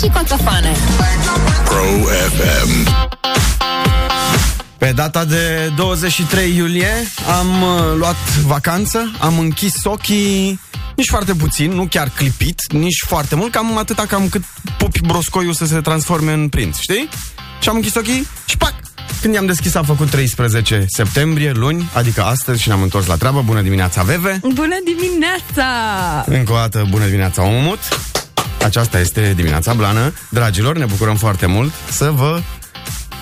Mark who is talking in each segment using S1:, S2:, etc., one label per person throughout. S1: și coțofane.
S2: Pro FM
S3: Pe data de 23 iulie am uh, luat vacanță, am închis ochii nici foarte puțin, nu chiar clipit, nici foarte mult, cam atâta cam cât pupi broscoiul să se transforme în prinț, știi? Și am închis ochii și pac! Când i-am deschis a făcut 13 septembrie, luni, adică astăzi și ne-am întors la treabă. Bună dimineața, Veve!
S4: Bună dimineața!
S3: Încă o dată, bună dimineața, Omut! Aceasta este dimineața blană. Dragilor, ne bucurăm foarte mult să vă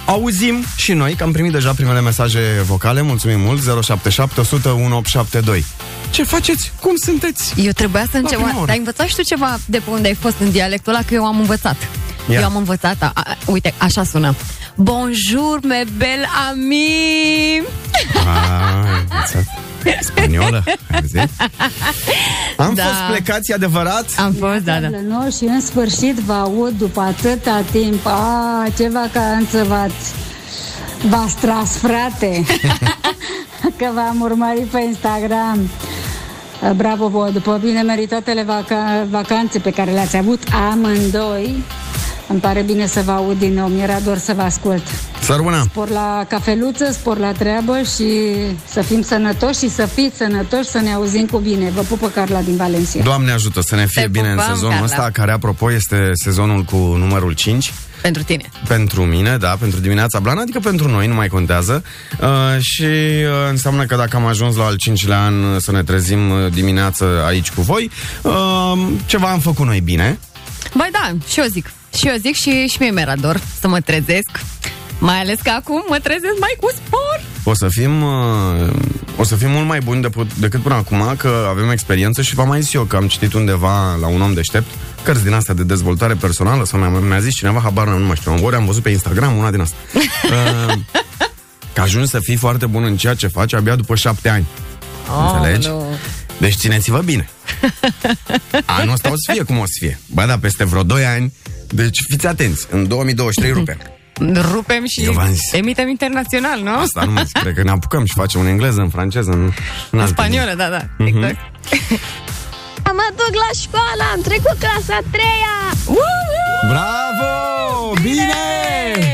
S3: auzim și noi, că am primit deja primele mesaje vocale. Mulțumim mult, 077 100 1872. Ce faceți? Cum sunteți?
S4: Eu trebuia să încep.
S3: prima oră.
S4: Ai învățat și tu ceva de pe unde ai fost în dialectul ăla? Că eu am învățat.
S3: Ia.
S4: Eu am învățat. A, a, uite, așa sună. Bonjour, me bel ami!
S3: Ai, înțeles. Ah, Spaniolă, ai auzit? Am
S4: Da.
S3: fost plecați, e adevărat?
S4: Am fost, da, da.
S5: Nu, și în sfârșit vă aud după atâta timp. A, ce vacanță v-ați, v-ați tras, frate! că v-am urmărit pe Instagram. Bravo vouă, după bine meritatele vaca- vacanțe pe care le-ați avut amândoi, îmi pare bine să vă aud din nou, mi-era dor să vă ascult.
S3: Să rămână.
S5: Spor la cafeluță, spor la treabă și să fim sănătoși și să fiți sănătoși, să ne auzim cu bine. Vă pupă Carla din Valencia.
S3: Doamne ajută să ne fie
S4: Te
S3: bine în
S4: pupăm,
S3: sezonul
S4: Carla.
S3: ăsta, care apropo este sezonul cu numărul 5.
S4: Pentru tine.
S3: Pentru mine, da, pentru dimineața blană, adică pentru noi, nu mai contează. Uh, și uh, înseamnă că dacă am ajuns la al cincilea an uh, să ne trezim uh, dimineață aici cu voi, uh, ceva am făcut noi bine.
S4: Băi, da, și eu zic. Și eu zic și, și mie mi-era dor să mă trezesc. Mai ales că acum mă trezesc mai cu spor.
S3: O să fim, uh, o să fim mult mai buni depu- decât până acum, că avem experiență și v-am mai zis eu că am citit undeva la un om deștept cărți din astea de dezvoltare personală sau mi-a, mi-a zis cineva, habar n-am, nu mai știu, ori am văzut pe Instagram una din asta. Uh, că ajungi să fii foarte bun în ceea ce faci abia după șapte ani. Înțelegi?
S4: Aoleu.
S3: Deci țineți-vă bine. Anul ăsta o să fie cum o să fie. Ba da, peste vreo 2 ani. Deci fiți atenți. În 2023 rupem.
S4: Rupem și
S3: Eu v-am zis.
S4: emitem internațional, nu?
S3: Asta nu mai zic. Cred că ne apucăm și facem în engleză, în franceză, în, în Mhm.
S4: În
S3: alte
S4: spaniolă, da, da. Exact.
S6: Mă duc la școală, am trecut clasa a treia
S3: limbi. Bravo! Bine!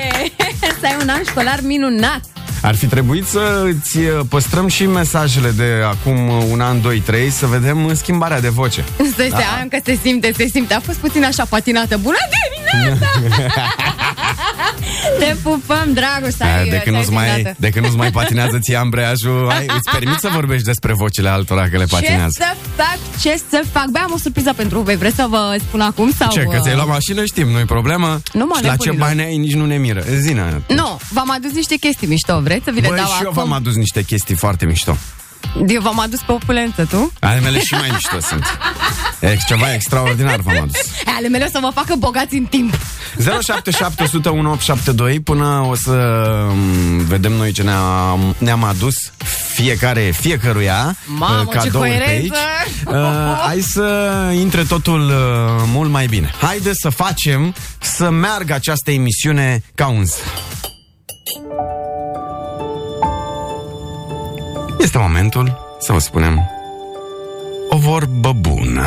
S4: Să ai un an școlar minunat.
S3: Ar fi trebuit să îți uh, păstrăm și mesajele de acum uh, un an, doi, trei, să vedem uh, schimbarea de voce.
S4: Să da. seamă că se simte, se simte. A fost puțin așa patinată. Bună dimineața! Te pupăm, Dragoș, să ai,
S3: Eh, Da, de
S4: să
S3: când
S4: ai
S3: nu-ți mai,
S4: vinată.
S3: de când nu-ți mai patinează ție ambreiajul, ai, îți permit să vorbești despre vocile altora că le
S4: ce
S3: patinează.
S4: să fac, ce să fac? Băi, am o surpriză pentru voi. Vreți să vă spun acum? Sau,
S3: Ce, că
S4: uh,
S3: ți-ai luat mașină, știm, nu-i problemă
S4: Nu, mă,
S3: Și la ce
S4: nebunilor.
S3: bani ai, nici nu ne miră Zina
S4: Nu, v-am adus niște chestii mișto, vreți să vi le
S3: Băi,
S4: dau
S3: și eu
S4: acum?
S3: v-am adus niște chestii foarte mișto
S4: Eu v-am adus pe opulență, tu?
S3: Ale mele și mai mișto sunt E ceva extraordinar v-am adus
S4: E, Ale mele o să vă facă bogați în timp.
S3: 077 Până o să mm, vedem noi ce ne-am, ne-am adus Fiecare, fiecăruia
S4: Mamă,
S3: uh,
S4: ce
S3: cadouri pe aici
S4: coerență!
S3: Uh, Hai să intre totul uh, mult mai bine Haide să facem să meargă această emisiune ca un zi. Este momentul să vă spunem o vorbă bună.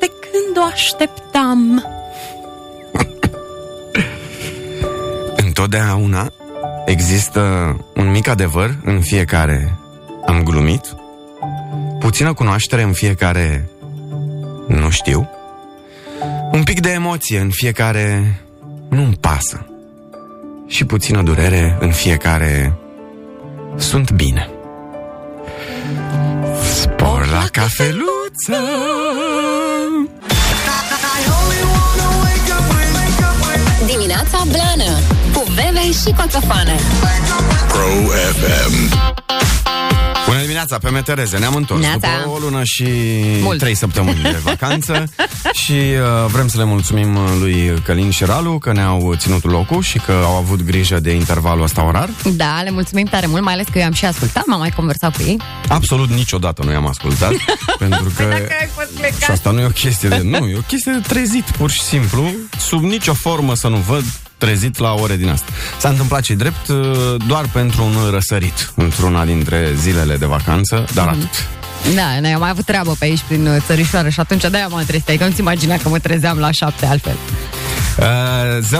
S4: De când o așteptam?
S3: Întotdeauna există un mic adevăr în fiecare am glumit, puțină cunoaștere în fiecare nu știu, un pic de emoție în fiecare nu-mi pasă și puțină durere în fiecare sunt bine. Spor la cafeluță!
S1: Dimineața blană cu Veve și coțofane.
S2: Pro FM
S3: Bună dimineața, pe Metereze, ne-am întors
S4: Neața.
S3: După o lună și
S4: Mult.
S3: trei săptămâni de vacanță Și uh, vrem să le mulțumim uh, lui Călin și Ralu Că ne-au ținut locul și că au avut grijă de intervalul ăsta orar
S4: Da, le mulțumim tare mult, mai ales că eu am și ascultat, m-am mai conversat cu ei.
S3: Absolut niciodată nu i-am ascultat Pentru că
S4: Păi ai fost
S3: și asta nu e o chestie de... Nu, e o chestie de trezit, pur și simplu Sub nicio formă să nu văd trezit la ore din asta. S-a întâmplat și drept uh, doar pentru un răsărit într-una dintre zilele de vacanță, dar
S4: Mhm.
S3: atât.
S4: Da, noi am mai avut treabă pe aici prin uh, țărișoară și atunci de-aia m-am trezit. Adică nu-ți imagina că mă trezeam la șapte altfel.
S3: Uh,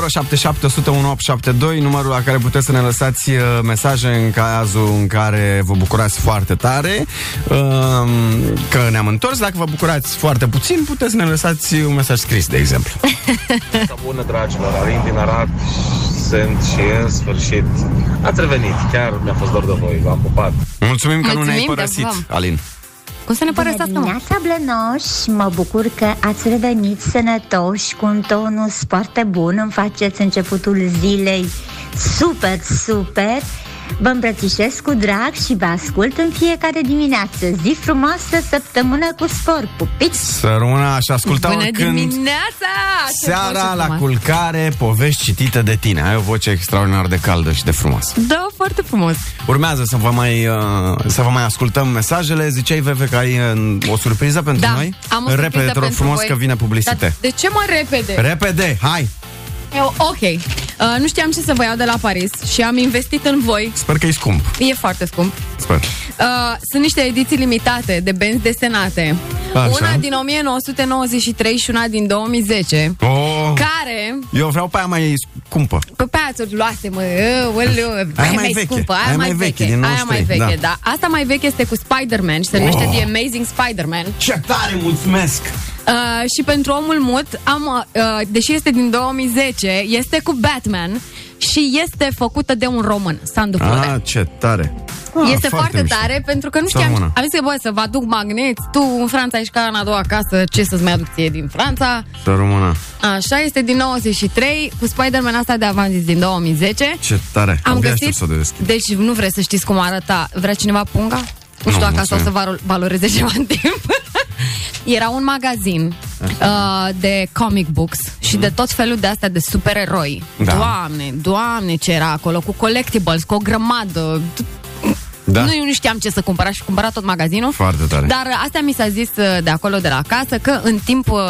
S3: 077 101 872, numărul la care puteți să ne lăsați uh, mesaje în cazul în care vă bucurați foarte tare uh, că ne-am întors. Dacă vă bucurați foarte puțin, puteți să ne lăsați un mesaj scris, de exemplu.
S7: Bună, dragilor, Alin din Arad sunt și în sfârșit ați revenit, chiar mi-a fost dor de voi, v-am pupat.
S3: Mulțumim că nu
S4: Mulțumim da,
S3: ne-ai
S4: de
S3: părăsit,
S4: vam.
S3: Alin.
S4: Cum să ne pare
S8: Bună
S4: asta? mă?
S8: dimineața, Blănoș! Mă bucur că ați revenit sănătoși, cu un tonus foarte bun. Îmi faceți începutul zilei super, super. Vă îmbrățișez cu drag și vă ascult în fiecare dimineață. Zi frumoasă, săptămână cu spor, pupiți!
S3: Să rămână așa, ascultăm
S4: Bună
S3: când
S4: dimineața! Ce
S3: seara
S4: voce
S3: la
S4: frumoasă.
S3: culcare, povești citite de tine. Ai o voce extraordinar de caldă și de frumoasă.
S4: Da, foarte frumos.
S3: Urmează să vă mai, uh, să vă mai ascultăm mesajele. Ziceai, Veve, că ai uh, o surpriză pentru
S4: Da,
S3: noi?
S4: am o
S3: Repede,
S4: surpriză
S3: te rog
S4: pentru
S3: frumos
S4: voi. Da.
S3: că vine publicite.
S4: Dar de ce mă repede?
S3: Repede, hai!
S4: Eu, ok. Uh, nu știam ce să vă iau de la Paris și am investit în voi.
S3: Sper că e scump.
S4: E foarte scump.
S3: Sper.
S4: Uh, sunt niște ediții limitate de benzi desenate.
S3: Așa.
S4: Una din 1993 și una din 2010.
S3: Oh,
S4: Care
S3: eu vreau pe aia mai scumpă.
S4: Pe pe aia ți-o luase, mă, ău, aia
S3: mai veche,
S4: scumpă, aia, mai veche,
S3: din
S4: aia mai
S3: 93,
S4: veche, da. Asta mai veche este cu Spider-Man și se numește
S3: Oh.
S4: The Amazing Spider-Man.
S3: Ce tare, mulțumesc!
S4: Uh, și pentru omul mut, am, uh, deși este din 2010, este cu Batman și este făcută de un român, Sandu Flore.
S3: Ah, ce tare! Ah,
S4: Este foarte,
S3: mișto.
S4: tare pentru că nu
S3: Stăm
S4: știam.
S3: una.
S4: Am zis că, bă, să vă aduc magnet. Tu în Franța ești ca în a doua casă, ce să-ți mai aduc ție din Franța?
S3: Să rămână.
S4: Așa, este din 93, cu Spider-Man asta de avant zis, din 2010.
S3: Ce tare!
S4: Am
S3: Abia
S4: găsit,
S3: aștept să o deschid.
S4: deci nu vreți să știți cum arăta. Vrea cineva punga? Nu știu dacă asta o să valo- valoreze ceva în timp. Era un magazin uh, de comic books și de tot felul de astea de supereroi.
S3: Mhm. Da.
S4: Doamne, doamne ce era acolo, cu collectibles, cu o grămadă.
S3: Da,
S4: Nu, eu nu știam ce să cumpăra și cumpăra tot magazinul.
S3: foarte tare.
S4: Dar uh, asta mi s-a zis uh, de acolo, de la casă, că în timp, uh,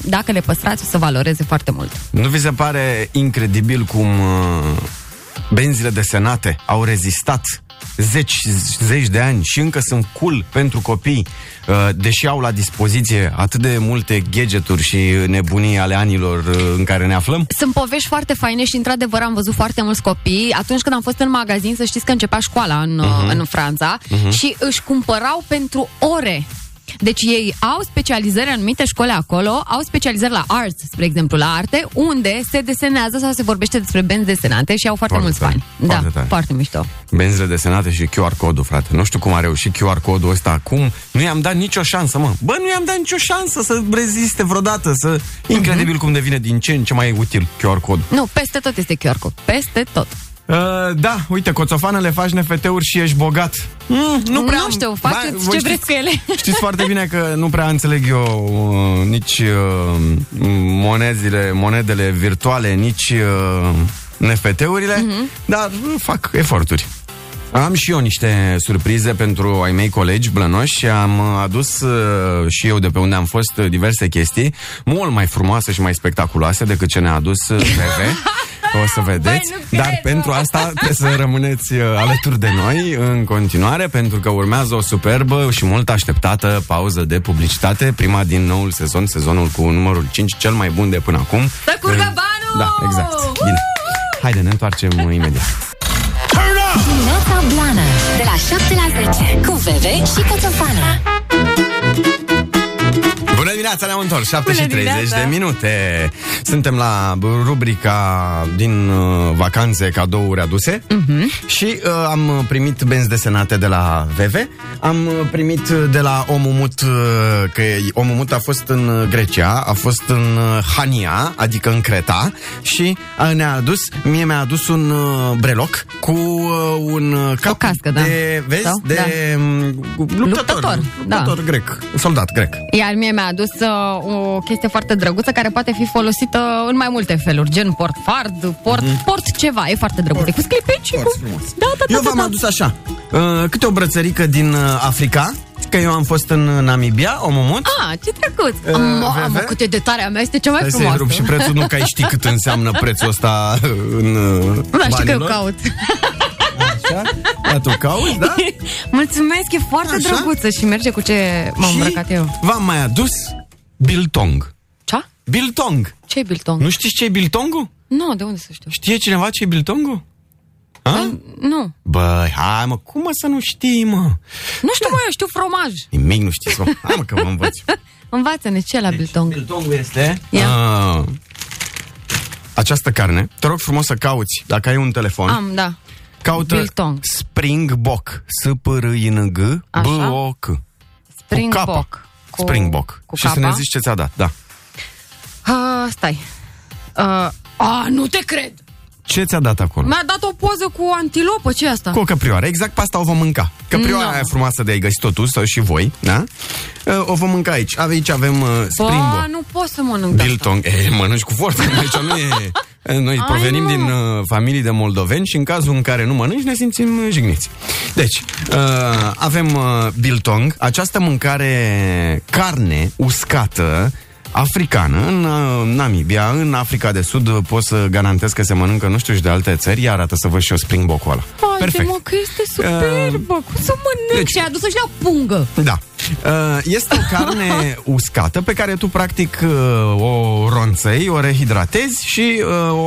S4: dacă le păstrați, o să valoreze foarte mult.
S3: Nu vi se pare incredibil cum uh, benzile desenate au rezistat zeci, zeci de ani și încă sunt cool pentru copii, uh, deși au la dispoziție atât de multe gadgeturi și nebunii ale anilor uh, în care ne aflăm?
S4: Sunt povești foarte faine și, într-adevăr, am văzut foarte mulți copii. Atunci când am fost în magazin, să știți că începea școala în,
S3: Mhm.
S4: uh-huh. în Franța uh-huh. și își cumpărau pentru ore. Deci ei au specializări în anumite școli acolo, au specializări la arts, spre exemplu, la arte, unde se desenează sau se vorbește despre benzi desenate și au foarte,
S3: Foarte
S4: mulți
S3: tare,
S4: bani.
S3: foarte
S4: da,
S3: tare.
S4: foarte mișto.
S3: Benzile desenate și QR codul, frate. Nu știu cum a reușit QR codul ăsta acum. Nu i-am dat nicio șansă, mă. Bă, nu i-am dat nicio șansă să reziste vreodată, să... Incredibil cum devine din ce în ce mai util QR codul.
S4: Nu, peste tot este QR code. Peste tot.
S3: Uh, da, uite, coțofanele faci NFT-uri și ești bogat. Mm,
S4: Nu știu, faceți
S3: Ba,
S4: ce
S3: voi
S4: vreți cu ele.
S3: Știți foarte bine că nu prea înțeleg eu uh, nici uh, monezile, monedele virtuale, nici uh, NFT-urile,
S4: Mhm.
S3: dar uh, fac eforturi. Am și eu niște surprize pentru ai mei colegi blănoși și am uh, adus uh, și eu de pe unde am fost uh, diverse chestii mult mai frumoase și mai spectaculoase decât ce ne-a adus uh, VV. O să vedeți,
S4: Băi, nu
S3: dar
S4: cred,
S3: pentru
S4: mă.
S3: asta trebuie să rămâneți uh, alături de noi în continuare pentru că urmează o superbă și mult așteptată pauză de publicitate, prima din noul sezon, sezonul cu numărul 5, cel mai bun de până acum.
S4: Să curgă banul!
S3: Da, exact. Bine. Haide, ne întoarcem imediat.
S1: Dimineața Blană De la 7 la 10 Cu Veve și Coțofană
S3: Bună dimineața, ne-am întors, 7 și
S4: Bună
S3: 30
S4: dimineața.
S3: de minute. Suntem la rubrica din uh, vacanțe, cadouri aduse
S4: Mhm.
S3: și uh, am primit benzi desenate de la VV, am uh, primit uh, de la Omul Mut, uh, că Omul Mut a fost în uh, Grecia, a fost în uh, Hania, adică în Creta și uh, ne-a adus, mie mi-a adus un uh, breloc cu uh, un uh, cap
S4: cască, da.
S3: de, vezi,
S4: Sau?
S3: de
S4: Da.
S3: um, luptător, luptător,
S4: Luptător, da.
S3: grec, soldat grec.
S4: Iar mie mi-a adus uh, o chestie foarte drăguță care poate fi folosită în mai multe feluri, gen port fard, port, port ceva, e foarte drăguț. E cu sclipici și
S3: Foarte
S4: cu...
S3: Mhm. frumos.
S4: Da, da, da,
S3: Eu
S4: da,
S3: v-am
S4: da.
S3: adus așa uh, Câte o brățărică din uh, Africa Că eu am fost în uh, Namibia, omomut
S4: Ah, ce drăguț!
S3: Eh,
S4: Mamă,
S3: Veve?
S4: cât e de tare a mea, este cea mai
S3: Hai să-i
S4: frumoasă.
S3: rup și prețul, nu că ai ști cât înseamnă prețul ăsta uh, în uh,
S4: Da, știi că eu
S3: banilor.
S4: caut.
S3: Așa, da, tu cauți, da?
S4: Mulțumesc, e foarte
S3: Așa?
S4: drăguță și merge cu ce m-am
S3: Și
S4: îmbrăcat eu.
S3: v-am mai adus Biltong
S4: Ce?
S3: Biltong.
S4: Ce biltong?
S3: Nu știți ce e biltongul?
S4: Nu, de unde să știu?
S3: Știe cineva ce e biltongul? A?
S4: Nu.
S3: Băi, hai mă, cum mă să nu știi, mă?
S4: Nu știu, mă, eu știu fromaj.
S3: Nimic nu știți, mă. Hai mă că mă învăț.
S4: Învață-ne ce e la biltong.
S3: Biltongul este...
S4: Ia.
S3: A, această carne, te rog frumos să cauți, dacă ai un telefon,
S4: Am, da.
S3: caută
S4: biltong.
S3: Springbok. s p r i n g b
S4: Așa.
S3: o k
S4: Springbok.
S3: Cu... Springbok.
S4: Cu
S3: și să ne
S4: capa.
S3: zici ce ți-a dat, da.
S4: Ah, stai. Ah, a, nu te cred!
S3: Ce ți-a dat acolo?
S4: Mi-a dat o poză cu antilopă, ce asta?
S3: Cu o căprioară, exact pe asta o vom mânca. Căprioara
S4: No.
S3: aia frumoasă de ai găsit-o tu sau și voi, da? Uh, O vom mânca aici. Ave- Aici avem uh,
S4: Ba,
S3: springbok,
S4: nu pot să mănânc
S3: biltong. E, mănânci cu forță, aici nu e... Noi
S4: Ai,
S3: provenim
S4: nu.
S3: din uh, familii de moldoveni și în cazul în care nu mănânci ne simțim uh, jigniți. Deci, uh, avem uh, biltong, această mâncare carne uscată africană, în uh, Namibia, în Africa de Sud, uh, pot să garantez că se mănâncă, nu știu, și de alte țări, iar arată să văd și eu springbok ăla.
S4: asta. Hai de mă, că este superbă! Cum să mănânc?
S3: deci-
S4: Și a dus-o și la pungă.
S3: Da. Uh, Este o carne uscată pe care tu practic uh, o ronțăi, o rehidratezi și uh, o,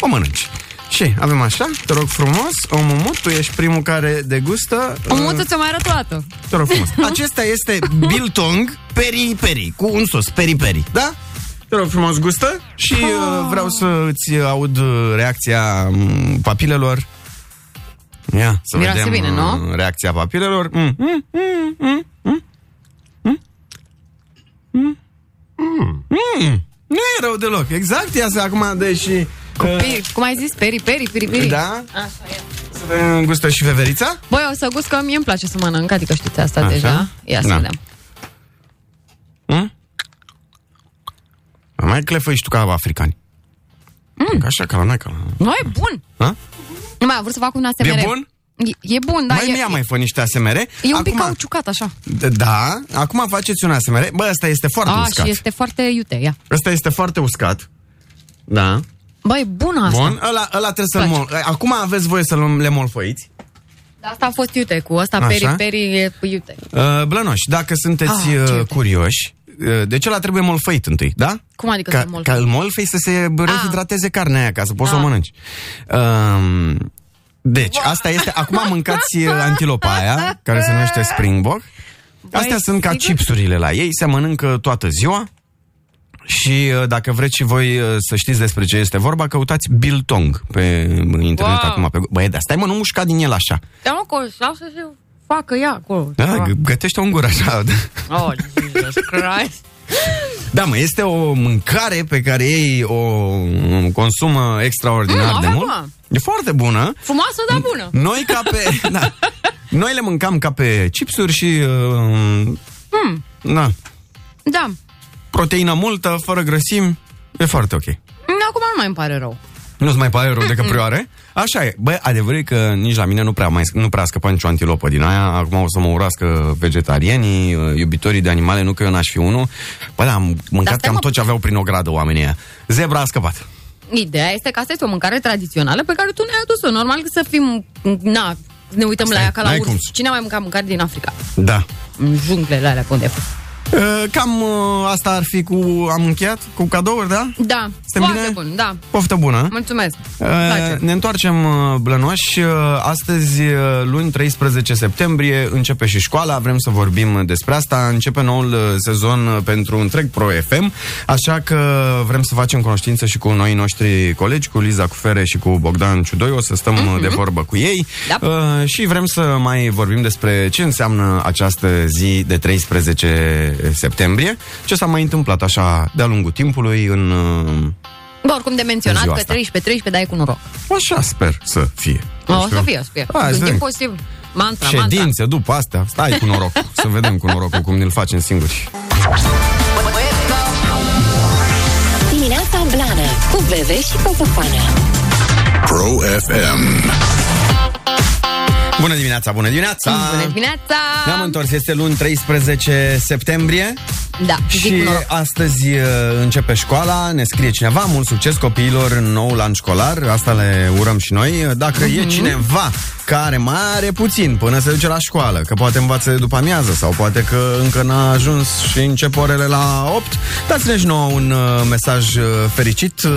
S3: o mănânci. Și avem așa, te rog frumos, o mumut, tu ești primul care degustă. uh,
S4: O muță ți-o mai arăt o dată.
S3: Te rog frumos. Acesta este biltong peri-peri, cu un sos peri-peri, da? Te rog frumos, gustă și uh, vreau să îți aud uh, reacția mm, papilelor. Ia, să
S4: Miroase
S3: vedem
S4: bine, nu?
S3: uh, reacția papilelor. Mm, mm, mm, mm, mm, mm, mm, mm. Nu e rău deloc, exact ia să acum, deși...
S4: Peri, cum ai zis? Peri, peri, peri, peri.
S3: Da? Să vedem gustă și veverița?
S4: Băi, o să gust că mie îmi place să mănânc, adică știți asta
S3: Așa?
S4: deja. Ia să
S3: Da.
S4: vedem.
S3: Mm? Mai clefăi și tu ca africani. Mm. Ca așa, ca la noi, ca la...
S4: Nu, e bun!
S3: Ha?
S4: Nu mai am vrut să fac un ASMR.
S3: E bun?
S4: E, e bun, da.
S3: Da, mai
S4: e,
S3: mi-a mai fă niște ASMR.
S4: e un pic cauciucat, așa.
S3: D- Da, acum faceți un ASMR. Bă, ăsta este foarte
S4: A,
S3: uscat.
S4: și este foarte iute, ia.
S3: Ăsta este foarte uscat. Da.
S4: Băi, bună asta.
S3: Bun, ăla, ăla trebuie să-l
S4: Place.
S3: mol... Acum aveți voie să le molfoiți.
S4: Dar Asta a fost iute cu ăsta,
S3: Așa.
S4: peri, peri, e iute.
S3: Uh, blănoși, dacă sunteți
S4: Ah, ce
S3: ah, uh,
S4: iute.
S3: curioși, uh, deci ăla trebuie molfăit întâi, da?
S4: Cum adică
S3: ca,
S4: să-l Ah. molfăi?
S3: Ca îl molfăi să se rehidrateze carnea aia, ca să poți să o mănânci. Um, deci, asta este... Acum mâncați uh, antilopa aia, care se numește springbok. Astea sunt ca
S4: sigur?
S3: chipsurile la ei, se mănâncă toată ziua. Și uh, dacă vreți și voi uh, să știți despre ce este vorba, căutați Biltong pe internet
S4: Wow.
S3: acum. Pe... Băie, dar stai mă, nu mușca din el așa.
S4: Dar mă, că sau să se facă ea acolo.
S3: Da, g- gătește un gur așa.
S4: Oh, Jesus Christ.
S3: Da, mă, este o mâncare pe care ei o consumă extraordinar
S4: Mm,
S3: de
S4: avea
S3: mult.
S4: bună.
S3: E foarte bună.
S4: Frumoasă, dar bună.
S3: Noi ca pe... da. Noi le mâncam ca pe chipsuri și... Uh,
S4: Mm.
S3: Na,
S4: Da.
S3: proteină multă, fără grăsimi. E foarte ok.
S4: Acum nu mai îmi pare rău.
S3: Nu-ți mai pare rău de căprioare? Așa e. Bă, adevărul e că nici la mine nu prea, mai, nu prea scăpa nicio antilopă din aia. Acum o să mă urască vegetarianii, iubitorii de animale, nu că eu n-aș fi unul. Bă, da, am mâncat
S4: stai,
S3: cam
S4: mă.
S3: tot ce aveau prin ogradă oamenii aia. Zebra a scăpat.
S4: Ideea este că asta este o mâncare tradițională pe care tu ne-ai adus-o. Normal că să fim... Na, ne uităm
S3: Stai,
S4: la ea ca la
S3: n-ai cum
S4: urs.
S3: să-
S4: Cine a mai mâncat mâncare din Africa?
S3: Da.
S4: În junglele alea pe unde...
S3: E, Uh, Cam e, asta ar fi cu... Am încheiat cu cadouri, da?
S4: Da,
S3: Suntem
S4: foarte
S3: bine? Uh,
S4: bun, da.
S3: Poftă bună!
S4: Mulțumesc.
S3: E,
S4: Place.
S3: Ne întoarcem e, blănoși. E, Astăzi, e, luni 13 septembrie, începe și școala. Vrem să vorbim despre asta. Începe noul e, sezon e, pentru întreg Pro FM, așa că vrem să facem cunoștință și cu noi noștri colegi, cu Liza Cufere și cu Bogdan Ciudoi. O să stăm e, de vorbă cu ei.
S4: Da.
S3: E, Și vrem să mai vorbim despre ce înseamnă această zi de 13 septembrie, ce s-a mai întâmplat așa de-a lungul timpului în... uh, e,
S4: Bă, oricum de menționat
S3: Ziua
S4: că
S3: asta.
S4: 13-13 dai cu noroc.
S3: Așa sper să fie. Nu
S4: O
S3: știu.
S4: să fie, o să fie.
S3: Hai, să
S4: Sunt
S3: vedem.
S4: imposibil. Mantra, mantra.
S3: Ședințe după astea. Stai cu noroc. să vedem cu norocul cum ne-l facem singuri.
S1: Dimineața Blană Cu Veve și Coțofană
S2: Pro FM,
S3: Bună dimineața, bună dimineața!
S4: Bună dimineața!
S3: Ne-am întors, este luni 13 septembrie
S4: Da, zic
S3: și
S4: cu noroc.
S3: astăzi uh, începe școala, ne scrie cineva,
S4: Mhm.
S3: mult succes copiilor în noul an școlar, asta le urăm și noi. Dacă e cineva care mai are puțin până se duce la școală, că poate învață de după amiază sau poate că încă n-a ajuns și încep orele la da, 8, dați-ne și nouă un uh, mesaj uh, fericit, uh,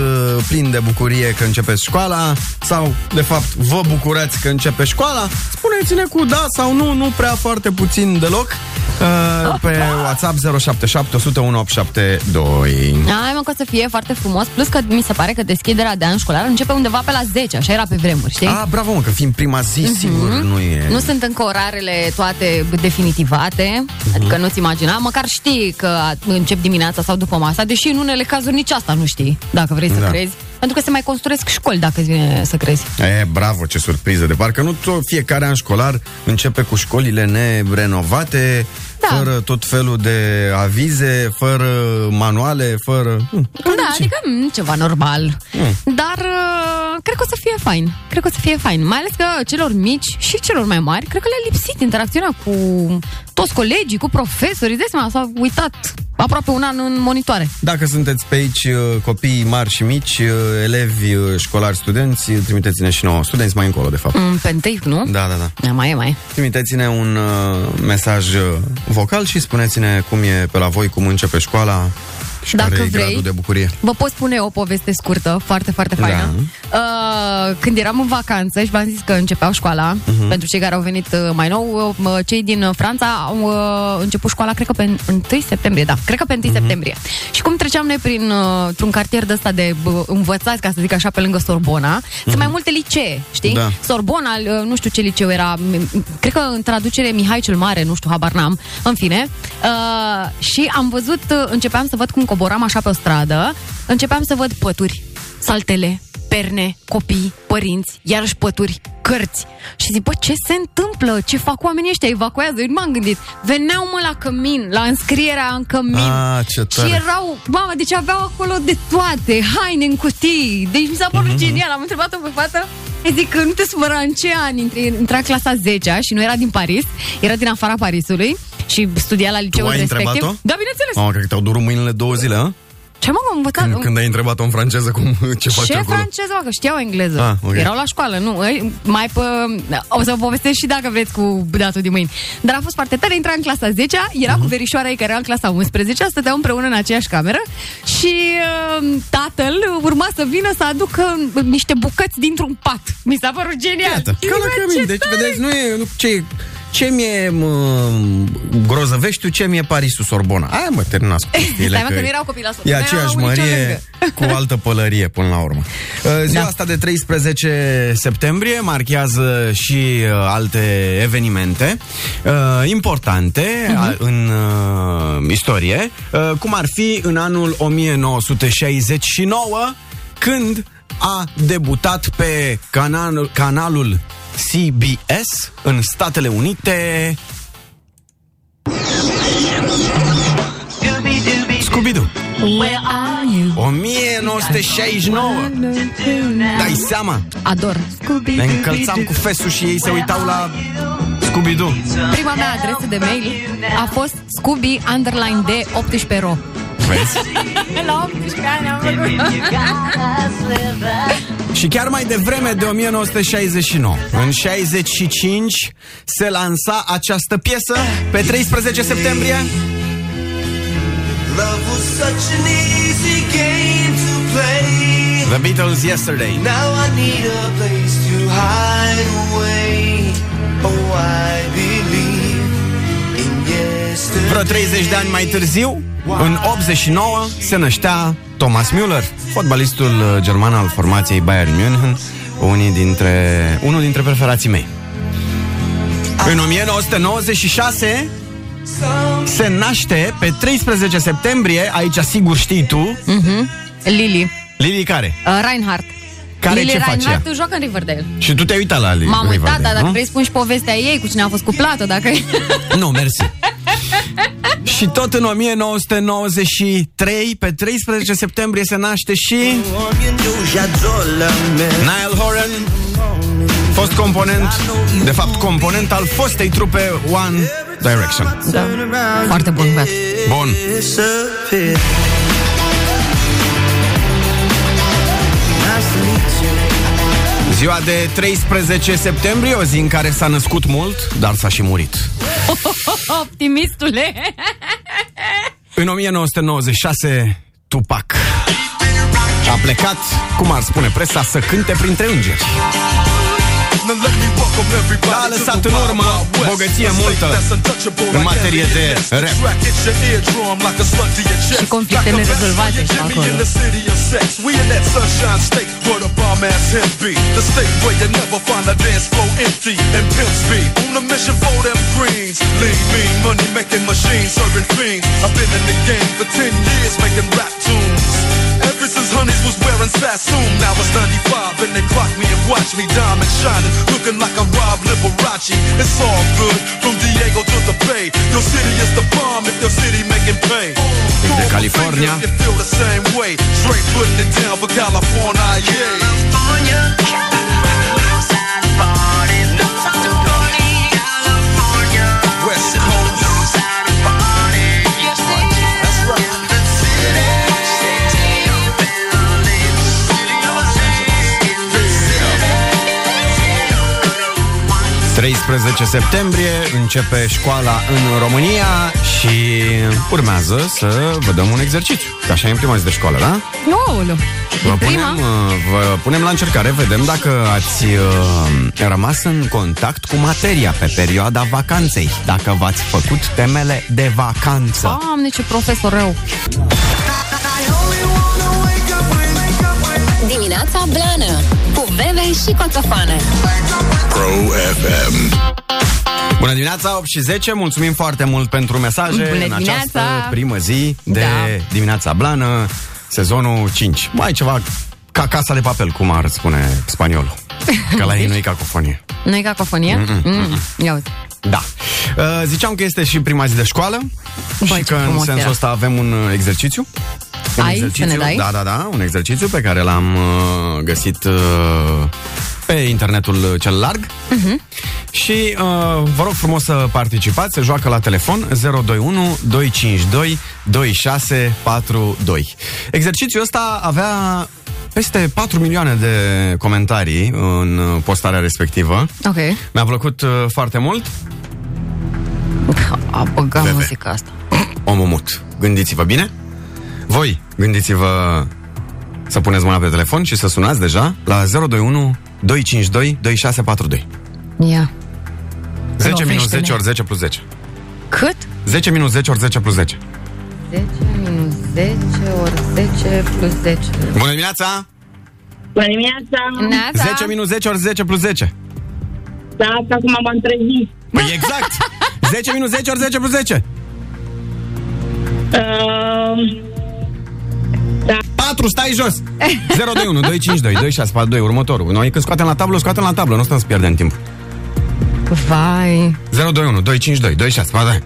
S3: plin de bucurie că începeți școala sau, de fapt, vă bucurați că începe școala. Spuneți-ne cu da sau nu, nu prea foarte puțin deloc, uh, pe WhatsApp 077 100 1872.
S4: Hai mă, că o să fie foarte frumos, plus că mi se pare că deschiderea de an școlar începe undeva pe la 10, așa era pe vremuri, știi?
S3: Ah, bravo, mă, că fiind prima zi, sigur, nu e...
S4: Mhm. Nu sunt încă orarele toate definitivate,
S3: Mhm.
S4: adică nu-ți imagina, măcar știi că încep dimineața sau după masa, deși în unele cazuri nici asta nu știi, dacă vrei să
S3: Da.
S4: crezi. Pentru că se mai construiesc școli, dacă îți vine să crezi.
S3: E, bravo, ce surpriză de parcă nu tot fiecare an școlar începe cu școlile nerenovate,
S4: Da.
S3: fără tot felul de avize, fără manuale, fără... Hm,
S4: Da, adică mm, ceva normal. Dar uh, cred că o să fie fain. Cred că o să fie fain. Mai ales că celor mici și celor mai mari, cred că le-a lipsit interacțiunea cu toți colegii, cu profesorii. Îți dai seama, s-a uitat aproape un an în monitoare.
S3: Dacă sunteți pe aici uh, copii mari și mici, uh, elevi, uh, școlari, studenți, trimiteți-ne și nouă. Studenți mai încolo, de fapt.
S4: Mm, pe întâi, nu?
S3: Da, da, da.
S4: Da, mai e, mai e.
S3: Trimiteți-ne un uh, mesaj uh, vocal și spuneți-ne cum e pe la voi, cum începe școala și
S4: Dacă
S3: care e
S4: vrei.
S3: gradul de bucurie.
S4: Vă pot spune o poveste scurtă, foarte, foarte faină. Da. Uh, când eram în vacanță și v-am zis că începeau școala, uh-huh. pentru cei care au venit uh, mai nou, uh, cei din uh, Franța au uh, început școala, cred că pe 1 septembrie, da, cred că pe 1 uh-huh. septembrie. Și cum treceam noi prin, uh, un cartier de ăsta de uh, învățați, ca să zic așa, pe lângă Sorbona, uh-huh. sunt mai multe licee, știi?
S3: Da.
S4: Sorbona, uh, nu știu ce liceu era, m- m- cred că în traducere Mihai cel Mare, nu știu, habar n-am, în fine. Uh, și am văzut, uh, începeam să văd cum coboram așa pe o stradă, începeam să văd pături, saltele, perne, copii, părinți, iarăși pături, cărți. Și zic, bă, ce se întâmplă? Ce fac oamenii ăștia? Evacuează? Eu nu m-am gândit. Veneau, mă, la cămin, la înscrierea în cămin.
S3: Ah, ce
S4: și
S3: tare.
S4: erau, mamă, deci aveau acolo de toate, haine în cutii. Deci mi s-a
S3: Mhm.
S4: părut genial, am întrebat-o pe fată. Îi zic că nu te supăra în ce an intre, intra clasa 10 și nu era din Paris, era din afara Parisului și studia la liceul
S3: ai
S4: respectiv.
S3: întrebat-o?
S4: Da, bineînțeles.
S3: Mamă, cred că te-au durut mâinile două zile, a?
S4: Ce m-am învățat?
S3: Când, când ai întrebat-o în franceză cum, ce faci
S4: Ce
S3: acolo?
S4: franceză, mă, că știau engleză.
S3: Ah, ok.
S4: Erau la școală, nu. ei, Mai pe, o să vă povestesc și dacă vreți cu datul din mâini. Dar a fost foarte tare, intra în clasa 10 era
S3: Mhm.
S4: cu verișoara ei care era în clasa 11 stăteau împreună în aceeași cameră și uh, tatăl urma să vină să aducă uh, niște bucăți dintr-un pat. Mi s-a părut genial. Da.
S3: Iată, ca la
S4: Bă,
S3: cămin.
S4: ce
S3: Deci,
S4: tare!
S3: vedeți, nu e... Nu, ce, ce mi-e mă, grozăveștiul, ce mi-e Parisul Sorbona. Aia mă, terminați cu chestiile.
S4: Stai, mă, că nu erau copii la
S3: E
S4: Sorbona,
S3: aceeași
S4: erau unii ce
S3: mărie
S4: lângă.
S3: cu altă pălărie până la urmă. Uh, Ziua da. asta de 13 septembrie marchează și uh, alte evenimente uh, importante a- în uh, istorie, uh, cum ar fi în anul 1969, când a debutat pe canalul, canalul CBS în Statele Unite Scooby-Doo. 1969 Dai seama?
S4: Ador.
S3: Ne încălțam cu fesul și ei se uitau la Scooby-Doo
S4: Prima mea adresă de mail a fost Scooby underline de 18 ro.
S3: Vezi?
S4: La 18 ani am făcut.
S3: Și chiar mai devreme de 1969 În 65 Se lansa această piesă Pe 13 septembrie
S9: Love was such an easy game to play.
S3: The Beatles Yesterday
S9: Now I need a place to hide away. Oh, I believe in yesterday.
S3: Vreo 30 de ani mai târziu, în 89, se năștea Thomas Müller, fotbalistul uh, german al formației Bayern München, unii dintre, unul dintre preferații mei. În 1996 se naște pe 13 septembrie, aici sigur știi tu,
S4: Lili.
S3: Lili care?
S4: Uh, Reinhardt.
S3: Care
S4: Lili
S3: ce face
S4: Reinhardt
S3: ea?
S4: joacă în Riverdale.
S3: Și tu te-ai uitat la Lili
S4: M-am uitat, dar
S3: Riverdale,
S4: dacă
S3: nu?
S4: vrei spun și povestea ei, cu cine a fost cuplată, dacă...
S3: Nu, mersi. și tot în 1993, pe 13 septembrie, se naște și... Niall Horan, fost component, de fapt component al fostei trupe One Direction.
S4: da. Foarte bun băiat.
S3: Bun. Ziua de 13 septembrie, o zi în care s-a născut mult, dar s-a și murit.
S4: Optimistule!
S3: În 1996, Tupac a plecat, cum ar spune presa, să cânte printre îngeri.
S10: A lăsat în urmă bogăție multă în materie de rap.
S4: Și conflicte nerezolvate acolo.
S10: Ever since honeys was wearing Sassoon, now it's 95 and they clock me and watch me diamond shining, looking like I'm Rob Liberace. It's all good from Diego to the Bay. Your city is the bomb if your city making pain.
S3: Desde California.
S10: You feel the same way, straight putting it down for California, yeah. West Coast. That's right. Yeah.
S3: 13 septembrie începe școala în România și urmează să vă dăm un exercițiu. Că așa e în prima zi de școală, da?
S4: Oulu!
S3: Vă
S4: Din
S3: punem,
S4: prima?
S3: uh, vă punem la încercare, vedem dacă ați uh, rămas în contact cu materia pe perioada vacanței, dacă v-ați făcut temele de vacanță.
S4: Doamne, ce profesor rău!
S1: Dimineața Blană Cu Veve și Coțofană
S11: Pro FM.
S3: Bună dimineața, 8 și 10, mulțumim foarte mult pentru mesaje
S4: Bună
S3: în
S4: dimineața!
S3: această primă zi de
S4: Da.
S3: dimineața blană, sezonul 5. Mai ceva ca casa de papel, cum ar spune spaniolul. Că la ei nu e cacofonie.
S4: Nu e cacofonie? Mm, Ia uite.
S3: Da. Uh, Ziceam că este și prima zi de școală
S4: Băi,
S3: și
S4: ce
S3: că în
S4: frumos
S3: sensul
S4: era.
S3: ăsta avem un uh, exercițiu. Un
S4: Ai? Să ne dai?
S3: Da, da, da, un exercițiu pe care l-am uh, găsit uh, pe internetul uh, cel larg.
S4: Mhm.
S3: Și uh, vă rog frumos să participați, se joacă la telefon 021 252 2642. Exercițiul ăsta avea peste 4 milioane de comentarii în uh, postarea respectivă.
S4: Ok.
S3: Mi-a plăcut uh, foarte mult.
S4: A băgat
S3: Bebe.
S4: muzica asta.
S3: omul mut. Gândiți-vă bine. Voi gândiți-vă să puneți mâna pe telefon și să sunați deja la 021 252 2642.
S4: Ia.
S3: 10 minus
S4: Lovește-ne.
S3: 10 ori 10 plus 10.
S4: Cât?
S3: 10 minus 10 ori 10 plus 10.
S4: 10 minus 10 ori 10 plus 10.
S3: Bună dimineața!
S12: Bună dimineața!
S4: Neața.
S3: 10 minus 10 ori 10 plus 10.
S12: Da, asta acum m-am trezit.
S3: Păi exact! 10 minus 10 ori 10 plus 10.
S12: Uh,
S3: 4, stai jos! 021 252 2642, următorul. Noi când scoatem la tablă, scoatem la tablă, nu stăm să pierdem timp.
S4: Vai.
S3: 021 252 26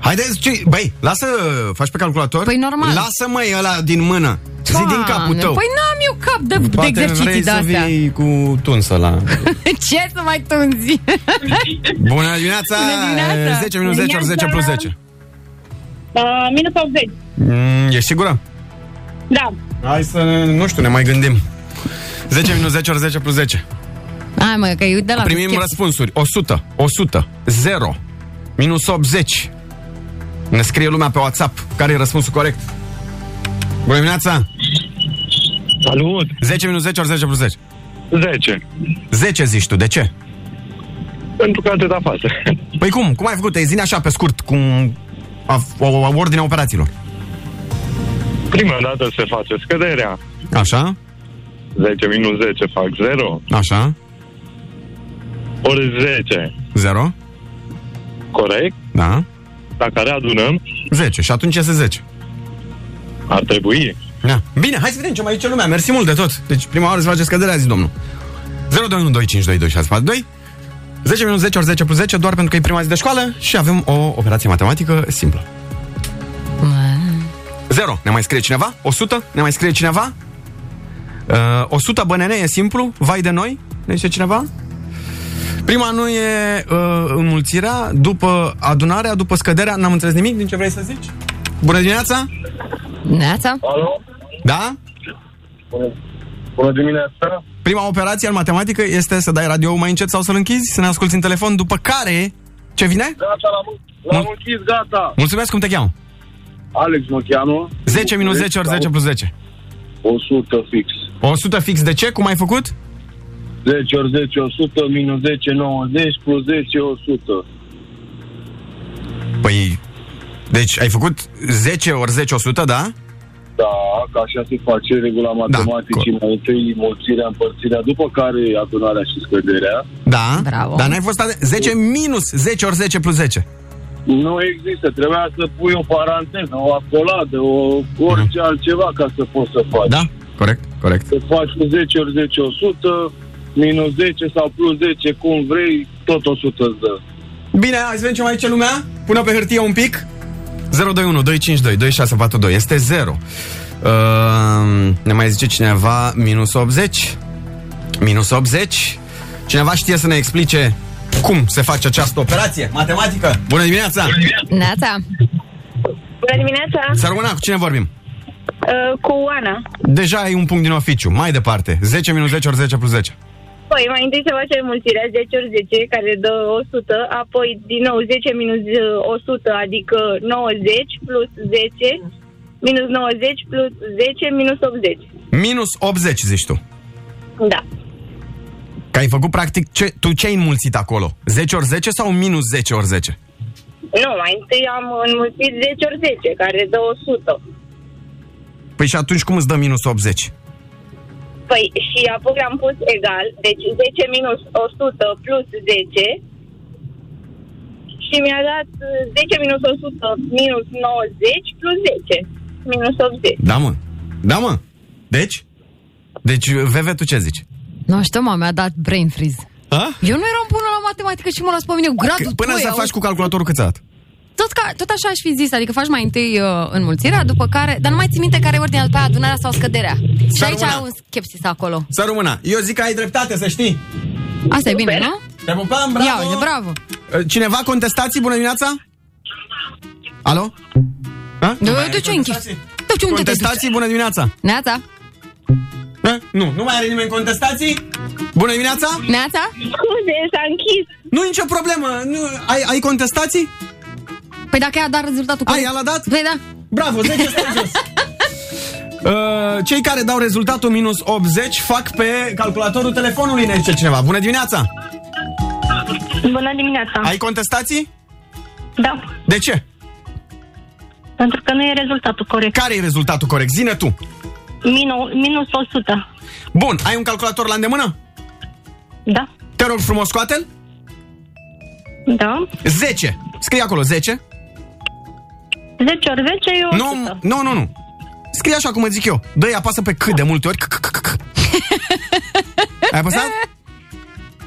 S3: Haideți, ce, băi, lasă, faci pe calculator
S4: Păi normal.
S3: Lasă măi ăla din mână Zi din capul
S4: Doamne,
S3: tău
S4: Păi n-am eu cap de, de
S3: Poate
S4: exerciții
S3: vrei
S4: de
S3: să
S4: astea.
S3: vii cu tunsă la...
S4: Ce să mai tunzi?
S3: Bună dimineața!
S4: Bună dimineața!
S3: 10 minus 10 ori 10 plus 10
S12: uh, minus 80.
S3: mm, Ești sigură?
S12: Da.
S3: Hai să, nu știu, ne mai gândim 10 minus 10 ori 10 plus 10
S4: Hai mă, că eu de la
S3: Primim
S4: chef.
S3: răspunsuri 100, 100, 0 Minus 80 Ne scrie lumea pe WhatsApp Care e răspunsul corect? Bună dimineața!
S13: Salut!
S3: 10 minus 10 ori 10 plus 10
S13: 10.
S3: 10 zici tu, de ce?
S13: Pentru că atât apasă.
S3: Păi cum? Cum ai făcut? Ai zine așa pe scurt, cum a, o, o, ordinea operațiilor.
S13: Prima dată se face scăderea.
S3: Așa,
S13: 10 minus 10 fac 0.
S3: așa,
S13: Ori 10.
S3: 0,
S13: Corect?
S3: da,
S13: Dacă readunăm,
S3: 10. Și atunci este 10.
S13: ar trebui.
S3: Da. Bine, hai să vedem ce mai zice lumea. Mersi mult de tot. Deci prima oară se face scăderea, zi domnul. 0212522642 10 minus 10 ori 10 plus 10 doar pentru că e prima zi de școală și avem o operație matematică simplă. 0. Ne mai scrie cineva? 100? Ne mai scrie cineva? Uh, 100 bănene e simplu? Vai de noi? Ne zice cineva? Prima nu e uh, înmulțirea, după adunarea, după scăderea. N-am înțeles nimic din ce vrei să zici? Bună dimineața!
S4: Neața?
S3: Da?
S13: Bună dimineața!
S3: Prima operație în matematică este să dai radio mai încet sau să-l închizi, să ne asculti în telefon, după care... Ce vine?
S14: Gata, l-am, l-am închis, gata.
S3: Mulțumesc, cum te cheamă?
S14: Alex Mocheanu.
S3: 10 minus 10
S13: deci
S3: ori 10 plus 10.
S14: 100 fix.
S3: 100 fix de ce? Cum ai făcut?
S14: 10 ori 10, 100, minus 10, 90, plus 10, 100.
S3: Păi, deci ai făcut 10 ori 10, 100, da?
S14: Da, ca așa se face regula matematicii. Da, mai întâi mulțirea, împărțirea, după care adunarea și scăderea.
S3: Da, Bravo. dar n-ai fost... ade- 10 minus 10 ori 10 plus 10.
S14: Nu există, trebuia să pui o paranteză, o acoladă, o orice altceva ca să poți să faci.
S3: Da, corect, corect.
S14: Să faci cu 10 ori 10, 100, minus 10 sau plus 10, cum vrei, tot 100 îți dă.
S3: Bine, hai să vedem ce mai ce lumea. Pune pe hârtie un pic. 021 252 2642 este 0. Uh, ne mai zice cineva minus 80. Minus 80. Cineva știe să ne explice cum se face această operație matematică. Bună dimineața!
S4: Neața.
S12: Bună dimineața!
S3: Să rămână, cu cine vorbim?
S12: Uh, cu Ana.
S3: Deja ai un punct din oficiu. Mai departe. 10 minus 10 ori 10 plus 10.
S12: Păi, mai întâi se face mulțirea 10 ori 10, care dă 100, apoi din nou 10 minus uh, 100, adică 90 plus 10, minus 90 plus 10, minus 80.
S3: Minus 80, zici tu.
S12: Da.
S3: Că ai făcut practic, ce, tu ce ai înmulțit acolo? 10 ori 10 sau minus 10 ori 10?
S12: Nu, mai întâi am înmulțit 10 ori 10, care dă 100.
S3: Păi și atunci cum îți dă minus 80?
S12: Păi, și apoi am pus egal, deci 10 minus 100 plus 10 și mi-a dat uh, 10 minus 100 minus 90 plus 10 minus 80.
S3: Da, mă. Da, mă. Deci? Deci, Veve, tu ce zici?
S4: Nu știu, mă, mi-a dat brain freeze.
S3: A?
S4: Eu nu eram bună la matematică și mă las pe mine gradul
S3: Până
S4: doi,
S3: să
S4: auzi?
S3: faci cu calculatorul cât ți-a dat?
S4: Tot, ca, tot așa aș fi zis, adică faci mai întâi uh, înmulțirea, după care... Dar nu mai ții minte care e ordinea, după aia adunarea sau scăderea. și aici
S3: rămână.
S4: ai un schepsis acolo.
S3: Să rămână. Eu zic că ai dreptate, să știi.
S4: Asta e bine, nu?
S3: Te pupam, bravo! Ă,
S4: Ia uite, bravo!
S3: Cineva contestații? Bună dimineața! Alo? A? Nu
S4: Du-
S3: mai are
S4: Duce închis.
S3: contestații?
S4: Duce unde te duci.
S3: Contestații, bună dimineața!
S4: Neața?
S3: A? Nu, nu mai are nimeni contestații? Bună dimineața!
S4: Neața?
S12: Scuze, s-a închis.
S3: Nu e nicio problemă! Nu, ai, ai contestații?
S4: Păi dacă ea a dat rezultatul...
S3: Ai, ea l-a dat?
S4: Păi da.
S3: Bravo, 10 stai jos! Uh, cei care dau rezultatul minus 80 fac pe calculatorul telefonului, ne zice cineva. Bună dimineața!
S15: Bună dimineața!
S3: Ai contestații?
S15: Da,
S3: De ce?
S15: pentru că nu e rezultatul corect.
S3: Care e rezultatul corect? Zine tu!
S15: Minu, minus 100.
S3: Bun, ai un calculator la îndemână?
S15: Da.
S3: Te rog frumos, scoate-l.
S15: Da.
S3: 10. Scrie acolo 10.
S15: 10 ori 10 e 100.
S3: Nu, nu, nu, nu. Scrie așa cum îți zic eu. Dă apasă pe cât de multe ori. C-c-c-c-c. Ai apăsat?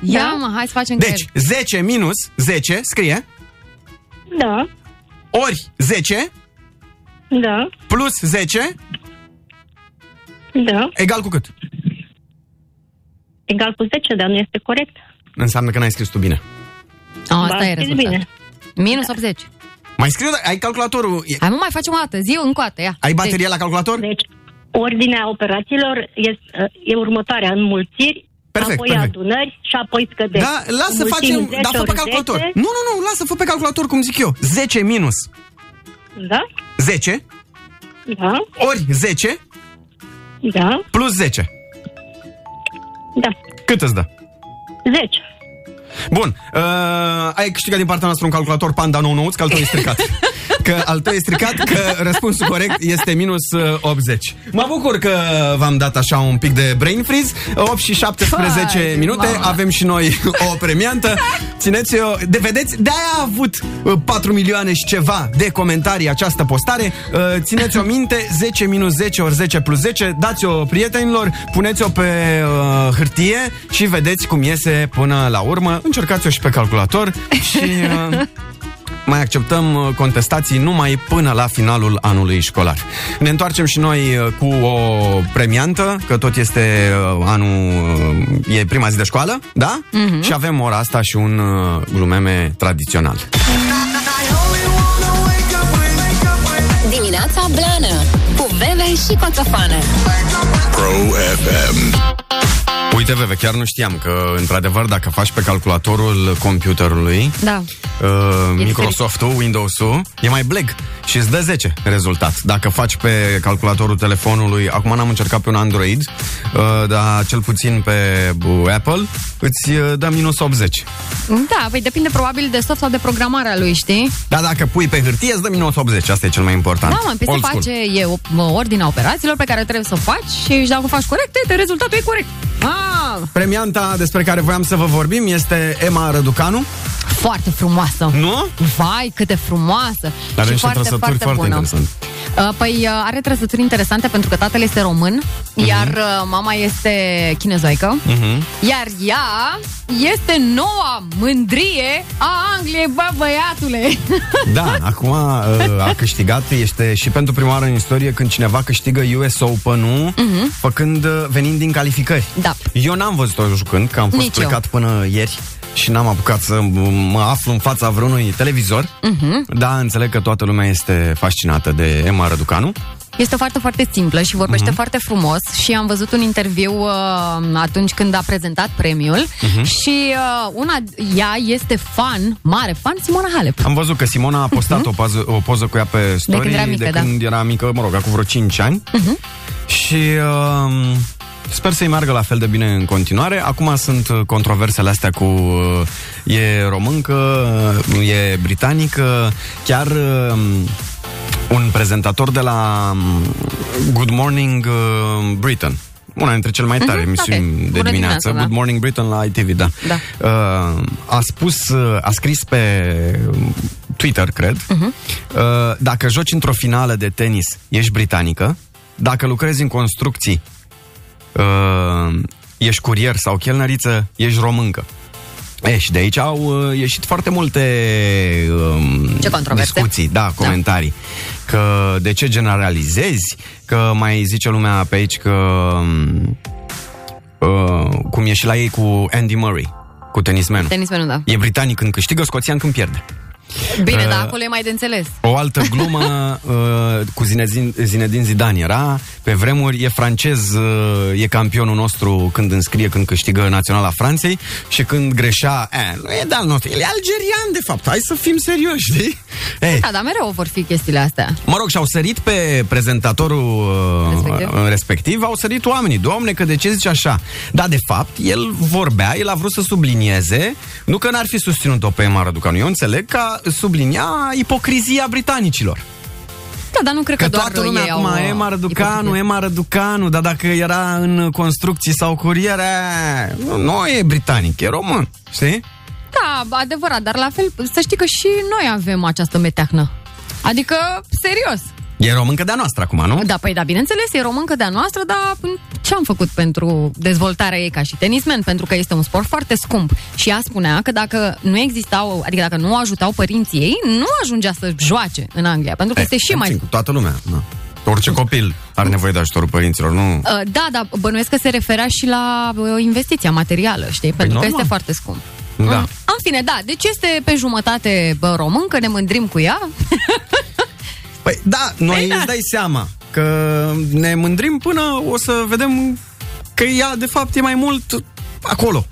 S4: Ia, mă, hai să facem
S3: Deci, 10 minus 10, scrie,
S15: Da,
S3: ori 10,
S15: da,
S3: plus 10,
S15: da.
S3: egal cu cât?
S15: Egal cu 10, dar nu este corect.
S3: Înseamnă că n-ai scris tu bine.
S4: A, asta
S15: Ba,
S4: e
S15: știți
S4: rezultat.
S15: bine.
S4: Minus 80.
S3: Mai scriu, dar ai calculatorul... e-
S4: Hai, mă, mai facem o dată. Zi încă o dată, ia.
S3: Ai bateria la calculator?
S15: Deci, ordinea operațiilor este, e următoarea. Înmulțiri,
S3: Perfect,
S15: apoi
S3: perfect.
S15: adunări și apoi scăderi.
S3: Da, lasă să facem... Dar fă pe calculator. Nu, nu, nu, lasă, fă pe calculator cum zic eu. 10 minus
S15: Da,
S3: 10,
S15: da,
S3: ori 10,
S15: da,
S3: plus 10.
S15: da.
S3: Cât îți dă?
S15: 10.
S3: Bun, uh, ai câștigat din partea noastră un calculator Panda nou nouț, că al tău e stricat. Că al tău e stricat, că răspunsul corect este minus uh, 80. Mă bucur că v-am dat așa un pic de brain freeze. 8 și 17
S10: Hai,
S3: minute,
S10: mama.
S3: avem și noi o premiantă. Țineți-o, de vedeți, de-aia a avut uh, 4 milioane și ceva de comentarii această postare. Uh, Țineți-o minte, 10 minus 10 ori 10 plus 10, dați-o prietenilor, puneți-o pe uh, hârtie și vedeți cum iese până la urmă. Încercați-o și pe calculator și... Uh, mai acceptăm uh, contestații numai până la finalul anului școlar. Ne întoarcem și noi uh, cu o premiantă, că tot este uh, anul, uh, e prima zi de școală, da?
S13: Mhm.
S3: Și avem ora asta și un uh, glumeme tradițional.
S1: Dimineața Blană Cu Veve și Coțofană
S2: Pro FM.
S3: Uite, Veve, chiar nu știam că, într-adevăr, dacă faci pe calculatorul computerului,
S4: Da.
S3: uh,
S4: E
S3: Microsoft-ul, Windows-ul, e mai black și îți dă 10 rezultat. Dacă faci pe calculatorul telefonului, acum n-am încercat pe un Android, uh, dar cel puțin pe uh, Apple, îți uh, dă minus 80.
S4: Da, păi depinde probabil de soft sau de programarea lui, știi?
S3: Dar dacă pui pe hârtie, îți dă minus 80, asta e cel mai important.
S4: Da, mă, păi se
S3: Old school.
S4: face e o, o ordinea operațiilor pe care trebuie să o faci și dacă o faci corect, uite, rezultatul e corect. Ah,
S3: Premianta despre care voiam să vă vorbim este Emma Răducanu.
S4: foarte frumoasă.
S3: Nu?
S4: Vai, cât de frumoasă.
S3: Are
S4: și
S3: niște
S4: foarte,
S3: trăsături
S4: foarte,
S3: foarte,
S4: bună.
S3: interesante.
S4: Uh, Păi uh, are trăsături interesante pentru că tatăl este român, iar uh, mama este chinezoică.
S3: Mhm.
S4: Iar ea este noua mândrie a Angliei, bă, băiatule!
S3: Da, acum uh, a câștigat, este și pentru prima oară în istorie când cineva câștigă US Open-ul, uh-huh. făcând, uh, venind din calificări.
S4: Mhm. Da.
S3: Eu n-am văzut-o jucând, că am fost
S4: Nici eu.
S3: plecat până ieri și n-am apucat să m- mă aflu în fața vreunui televizor,
S4: Mhm.
S3: dar înțeleg că toată lumea este fascinată de Emma Răducanu.
S4: Este o fată foarte simplă și
S3: Mhm.
S4: vorbește foarte frumos și am văzut un interviu uh, atunci când a prezentat premiul
S3: Mhm.
S4: și uh, una, ea este fan, mare fan, Simona Halep.
S3: Am văzut că Simona a postat o, poză, o poză cu ea pe story
S4: Mhm. când era mică,
S3: de
S4: da. Mhm.
S3: când era mică mă rog, acum vreo 5 ani. Și uh, sper să-i meargă la fel de bine în continuare. Acum sunt uh, controversele astea cu uh, e româncă, uh, e britanică, chiar uh, un prezentator de la um, Good Morning uh, Britain. Una dintre cele mai tare
S4: Mhm,
S3: emisiuni
S4: ok.
S3: de
S4: Bună
S3: dimineață,
S4: dimineața, da.
S3: Good Morning Britain la ITV, da. da. Uh, a spus, uh, a scris pe Twitter, cred, uh-huh. uh, dacă joci într-o finală de tenis, ești britanică, dacă lucrezi în construcții, uh, ești curier sau chelneriță, ești româncă. E, și de aici au uh, ieșit foarte multe um,
S4: Ce controverse.
S3: discuții, da, comentarii. Da. Că de ce generalizezi, că mai zice lumea pe aici că um, uh, cum e și la ei cu Andy Murray, cu tenismenul.
S4: Tenismenul, da.
S3: E britanic când câștigă, scoțian când pierde.
S4: Bine,
S3: Uh,
S4: dar acolo e mai de înțeles.
S3: O altă glumă uh, cu Zinedine, Zinedine Zidane era, pe vremuri e francez, uh, e campionul nostru când înscrie, când câștigă naționala Franței și când greșea, e, nu e de-al nostru, el e algerian de fapt, hai să fim serioși, știi? Ei,
S4: Da, dar mereu vor fi chestiile astea.
S3: Mă rog, și-au sărit pe prezentatorul respectiv. respectiv, au sărit oamenii. Doamne, că de ce zici așa? Da, de fapt, el vorbea, el a vrut să sublinieze, nu că n-ar fi susținut-o pe Emma Raducanu, eu înțeleg că sublinia ipocrizia britanicilor.
S4: Da, dar nu cred că,
S3: Că
S4: doar
S3: toată lumea
S4: ei
S3: acum,
S4: au, uh,
S3: Emma Răducanu,
S4: ipocrizie.
S3: Emma Răducanu, dar dacă era în construcții sau curiere, nu, nu e britanic, e român, știi?
S4: Da, adevărat, dar la fel, să știi că și noi avem această meteahnă. Adică, serios.
S3: E româncă de-a noastră acum, nu?
S4: Da, păi da, bineînțeles, e româncă de-a noastră, dar m, ce am făcut pentru dezvoltarea ei ca și tenismen? Pentru că este un sport foarte scump. Și ea spunea că dacă nu existau, adică dacă nu o ajutau părinții ei, nu ajungea să joace în Anglia, pentru
S3: Eh,
S4: că este și mai
S3: Țin cu toată lumea, da. Orice copil are nevoie de ajutorul părinților, nu?
S4: Uh, Da, dar bănuiesc că se referea și la uh, investiția materială, știi? Pentru că
S3: Păi normal.
S4: este foarte scump.
S3: Da.
S4: În fine, da, deci este pe jumătate bă, româncă, ne mândrim cu ea. Da,
S3: Păi da, noi îți dai seama că ne mândrim până o să vedem că ea de fapt e mai mult acolo.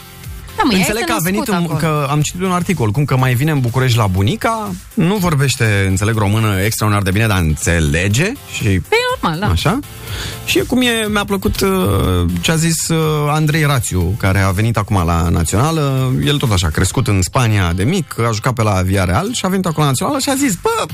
S4: Da, mă, ea
S3: Păi Înțeleg
S4: este
S3: că a venit,
S4: născută
S3: în,
S4: acolo.
S3: că am citit un articol, cum că mai vine în București la bunica, nu vorbește, înțeleg, română extraordinar de bine, dar înțelege și...
S4: E normal, da.
S3: Așa? Și e cum e, mi-a plăcut uh, ce a zis uh, Andrei Rațiu, care a venit acum la Națională. El tot așa, crescut în Spania de mic, a jucat pe la Via Real și a venit acum la Națională și a zis, bă,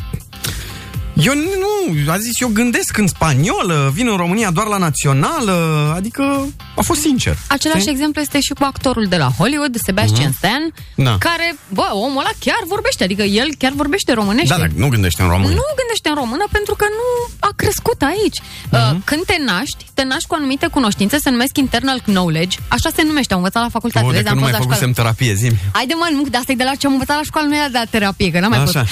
S3: eu nu, a zis, eu gândesc în spaniolă, vin în România doar la Națională, adică a fost sincer.
S4: Același
S3: știi?
S4: exemplu este și cu actorul de la Hollywood, Sebastian Stan,
S3: Da.
S4: care, bă, omul ăla chiar vorbește, adică el chiar vorbește românește.
S3: Da, dar nu gândește în română.
S4: Păi Nu gândește în română pentru că nu a crescut aici. Uh,
S3: Mhm.
S4: Când te naști, te naști cu anumite cunoștințe, se numesc internal knowledge, așa se numește, am învățat la facultate.
S3: O, Oh, de
S4: da, vezi, am
S3: când nu mai
S4: fost la școală.
S3: făcusem terapie, zi
S4: Hai de mă, nu, de asta e de la ce am învățat la școală, nu era de la terapie, că n-am mai fost.
S3: Așa.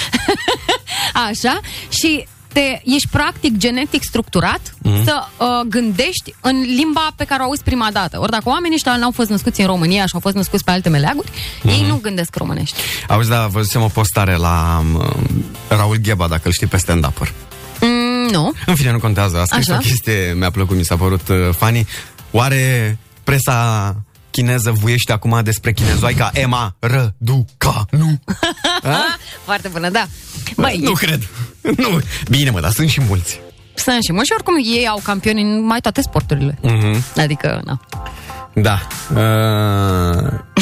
S4: Așa? Și te, ești practic genetic structurat
S3: Mhm.
S4: să uh, gândești în limba pe care o auzi prima dată. Ori dacă oamenii ăștia n-au fost născuți în România și au fost născuți pe alte meleaguri,
S3: Mhm.
S4: ei nu gândesc românești.
S3: Auzi, da, văzusem o postare la um, Raul Gheba, dacă îl știi, pe stand-upper.
S4: Mm, nu.
S3: În fine, nu contează. A scris
S4: Așa.
S3: o chestie, mi-a plăcut, mi s-a părut uh, funny. Oare presa chineză vuiește acum despre chinezoica Emma Răduca, nu? A?
S4: Ah, Foarte bună, da. Băi,
S3: Da? nu cred. Nu. Bine, mă, dar sunt și mulți.
S4: Sunt și mă, și oricum ei au campioni în mai toate sporturile.
S3: Mhm.
S4: Adică, na.
S3: Da. Uh,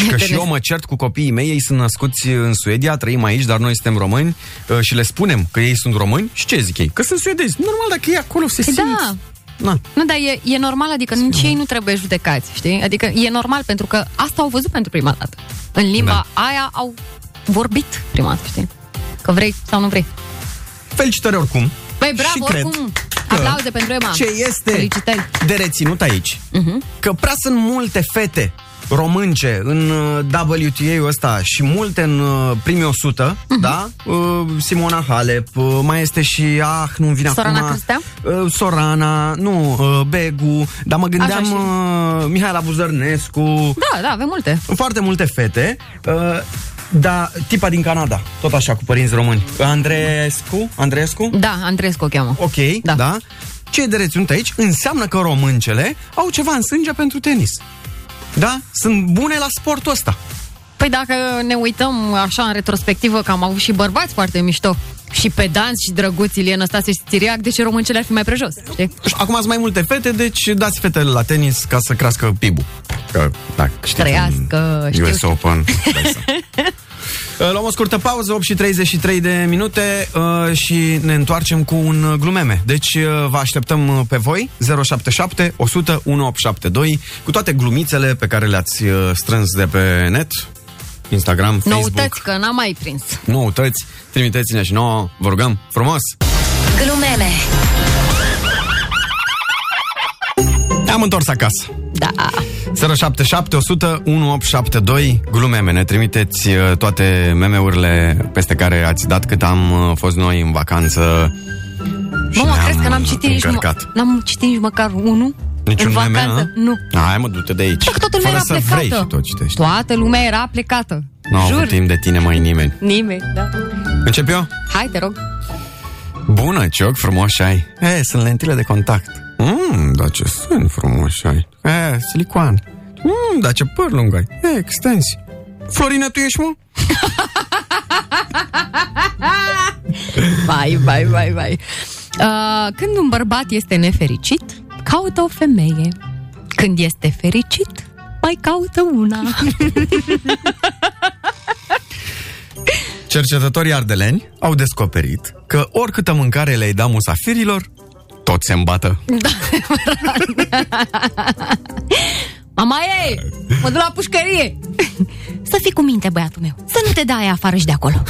S3: că și eu mă cert cu copiii mei, ei sunt născuți în Suedia, trăim aici, dar noi suntem români uh, și le spunem că ei sunt români și ce zic ei? Că sunt suedezi. Normal, dacă ei acolo se
S4: Păi
S3: simt.
S4: da.
S3: Na.
S4: Nu, dar e, e normal, adică nici ei nu trebuie judecați, știi? Adică e normal, pentru că asta au văzut pentru prima dată. În limba
S3: Da.
S4: aia au vorbit prima dată, știi? Că vrei sau nu vrei.
S3: Felicitări oricum.
S4: Băi, bravo,
S3: și cred
S4: oricum!
S3: că
S4: Aplauze pentru Emma!
S3: Ce este
S4: Felicitări! Mhm.
S3: de reținut aici. Că prea sunt multe fete românce în uh, WTA-ul ăsta și multe în uh, primii 100,
S4: Mhm.
S3: da? Uh, Simona Halep, uh, mai este și, ah, nu-mi vine
S4: Sorana
S3: acum...
S4: Cristea?
S3: Uh, Sorana, nu, uh, Begu, dar mă gândeam
S4: Așa și-
S3: uh, Mihaela Buzărnescu,
S4: Da, da, avem multe.
S3: foarte multe fete, uh, dar tipa din Canada, tot așa, cu părinți români. Andreescu? Andreescu?
S4: Da, Andreescu o cheamă.
S3: Ok, da. da. Ce e de reținut aici înseamnă că româncele au ceva în sânge pentru tenis. Da? Sunt bune la sportul ăsta.
S4: Păi dacă ne uităm așa în retrospectivă că am avut și bărbați foarte mișto și pedanți și drăguți Ilie Năstase și Țiriac, de ce româncele ar fi mai prejos, știi?
S3: Și Acum sunt mai multe fete, deci dați fetele la tenis ca să crească PIB-ul. Că, da, știți,
S4: Trăiască,
S3: în
S4: știu.
S3: US Open. dai să- Luăm o scurtă pauză, 8 și 33 de minute uh, și ne întoarcem cu un uh, glumeme. Deci uh, vă așteptăm uh, pe voi, 077 100 1872, cu toate glumițele pe care le-ați uh, strâns de pe net, Instagram, Facebook,
S4: Noutăți că n-am mai prins.
S3: noutăți, trimiteți-ne și nouă, vă rugăm frumos!
S1: Glumeme.
S3: Ne-am întors acasă.
S4: Da.
S3: 077 100 1872 Glumeme, ne trimiteți uh, toate meme-urile peste care ați dat cât am uh, fost noi în vacanță.
S4: Mamă, crezi că n-am citit nici, mă,
S3: încărcat.
S4: n-am citit nici măcar unul?
S3: Niciun
S4: în
S3: meme,
S4: vacanță?
S3: a?
S4: nu.
S3: Hai mă, du-te de aici.
S4: Dacă toată lumea
S3: Fără
S4: era
S3: să vrei
S4: plecată.
S3: și tot citești.
S4: Toată lumea era plecată.
S3: Nu au
S4: Jur.
S3: avut timp de tine mai nimeni.
S4: Nimeni, da.
S3: Încep eu?
S4: Hai, te rog.
S3: Bună, ce ochi frumoși ai. E, sunt lentile de contact. Mmm, dar ce sunt frumoși ai. E, silicon. Mmm, dar ce păr lung ai. E, extensi. Florina, tu ești, mă?
S4: Vai, vai, vai, vai. Uh, când un bărbat este nefericit, caută o femeie. Când este fericit, mai caută una.
S3: Cercetătorii ardeleni au descoperit că oricâtă mâncare le-ai da musafirilor, tot se îmbată.
S4: Mama ei, mă duc la pușcărie. Să fii cu minte, băiatul meu. Să nu te dai afară și de acolo.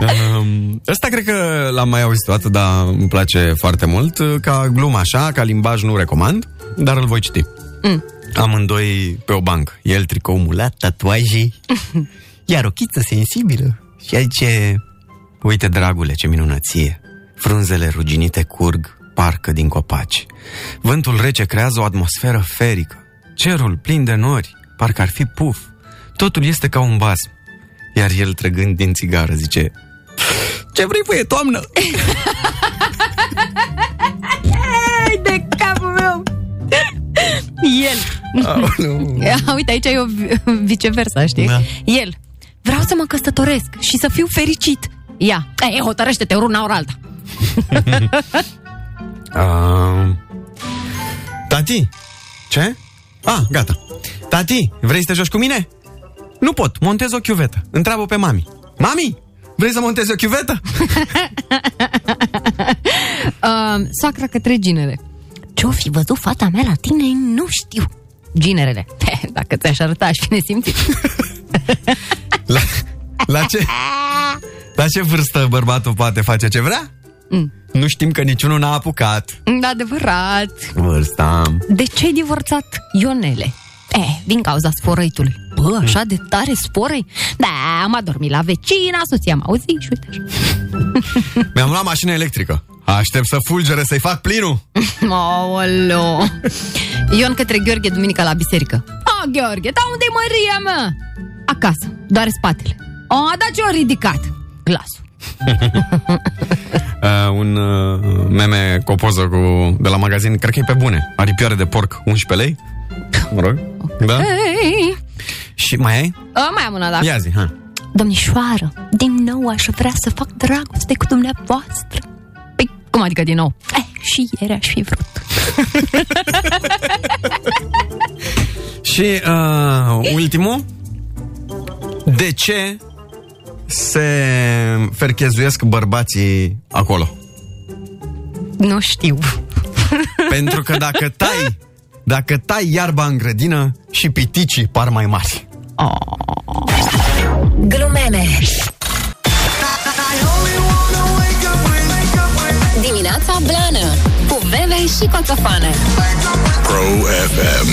S3: Um, Ăsta cred că l-am mai auzit o dată, dar îmi place foarte mult. Ca glumă așa, ca limbaj nu recomand, dar îl voi citi.
S4: Mm.
S3: Amândoi pe o bancă. El tricou mulat, tatuaje, iar o chiță sensibilă. Și el ce... Uite, dragule, ce minunăție! Frunzele ruginite curg, parcă din copaci. Vântul rece creează o atmosferă ferică. Cerul plin de nori, parcă ar fi puf. Totul este ca un basm. Iar el, trăgând din țigară, zice... Ce vrei, păi, e toamnă?
S4: Ei, de capul meu! El. Ia, uite, aici e o vi- viceversa, știi?
S3: Da.
S4: El. Vreau să mă căsătoresc și să fiu fericit. Ia, e, hotărăște-te, ori una ori alta.
S3: Uh, tati, ce? Ah, gata. Tati, vrei să te joci cu mine? Nu pot, montez o chiuvetă. Întreabă pe mami. Mami, vrei să montezi o chiuvetă?
S4: Uh, soacra către ginere. Ce-o fi văzut fata mea la tine? Nu știu. Ginerele. Dacă ți-aș arăta, aș fi nesimțit.
S3: La, la ce? La ce vârstă bărbatul poate face ce vrea?
S4: Mm.
S3: Nu știm că niciunul n-a apucat.
S4: Adevărat.
S3: Vârsta am.
S4: De ce ai divorțat Ionele? Eh, din cauza sforăitului. Bă, așa de tare sporăi? Da, am adormit la vecina, soția m-a auzit și uite așa.
S3: Mi-am luat mașină electrică. Aștept să fulgere să-i fac plinul.
S4: Aoleo. Ion către Gheorghe duminica la biserică. A, Gheorghe, da unde e Maria, mă? da, Acasă, doare spatele. O, dar ce-o ridicat? Glasul.
S3: uh, un uh, meme cu o poză cu, de la magazin, cred că e pe bune, aripioare de porc, 11 lei, mă rog, da?
S4: Ei,
S3: Și mai ai?
S4: a, mai am una, da.
S3: Ia zi, ha.
S4: Domnișoară, din nou aș vrea să fac dragoste cu dumneavoastră. Păi, cum adică din nou? Eh, și ieri aș fi vrut.
S3: Și uh, ultimul, de ce se ferchezuiesc bărbații acolo?
S4: Nu știu.
S3: Pentru că dacă tai, dacă tai iarba în grădină și piticii par mai mari.
S1: Glumeme Dimineața Blană Cu Veve și Coțofană
S9: Pro FM.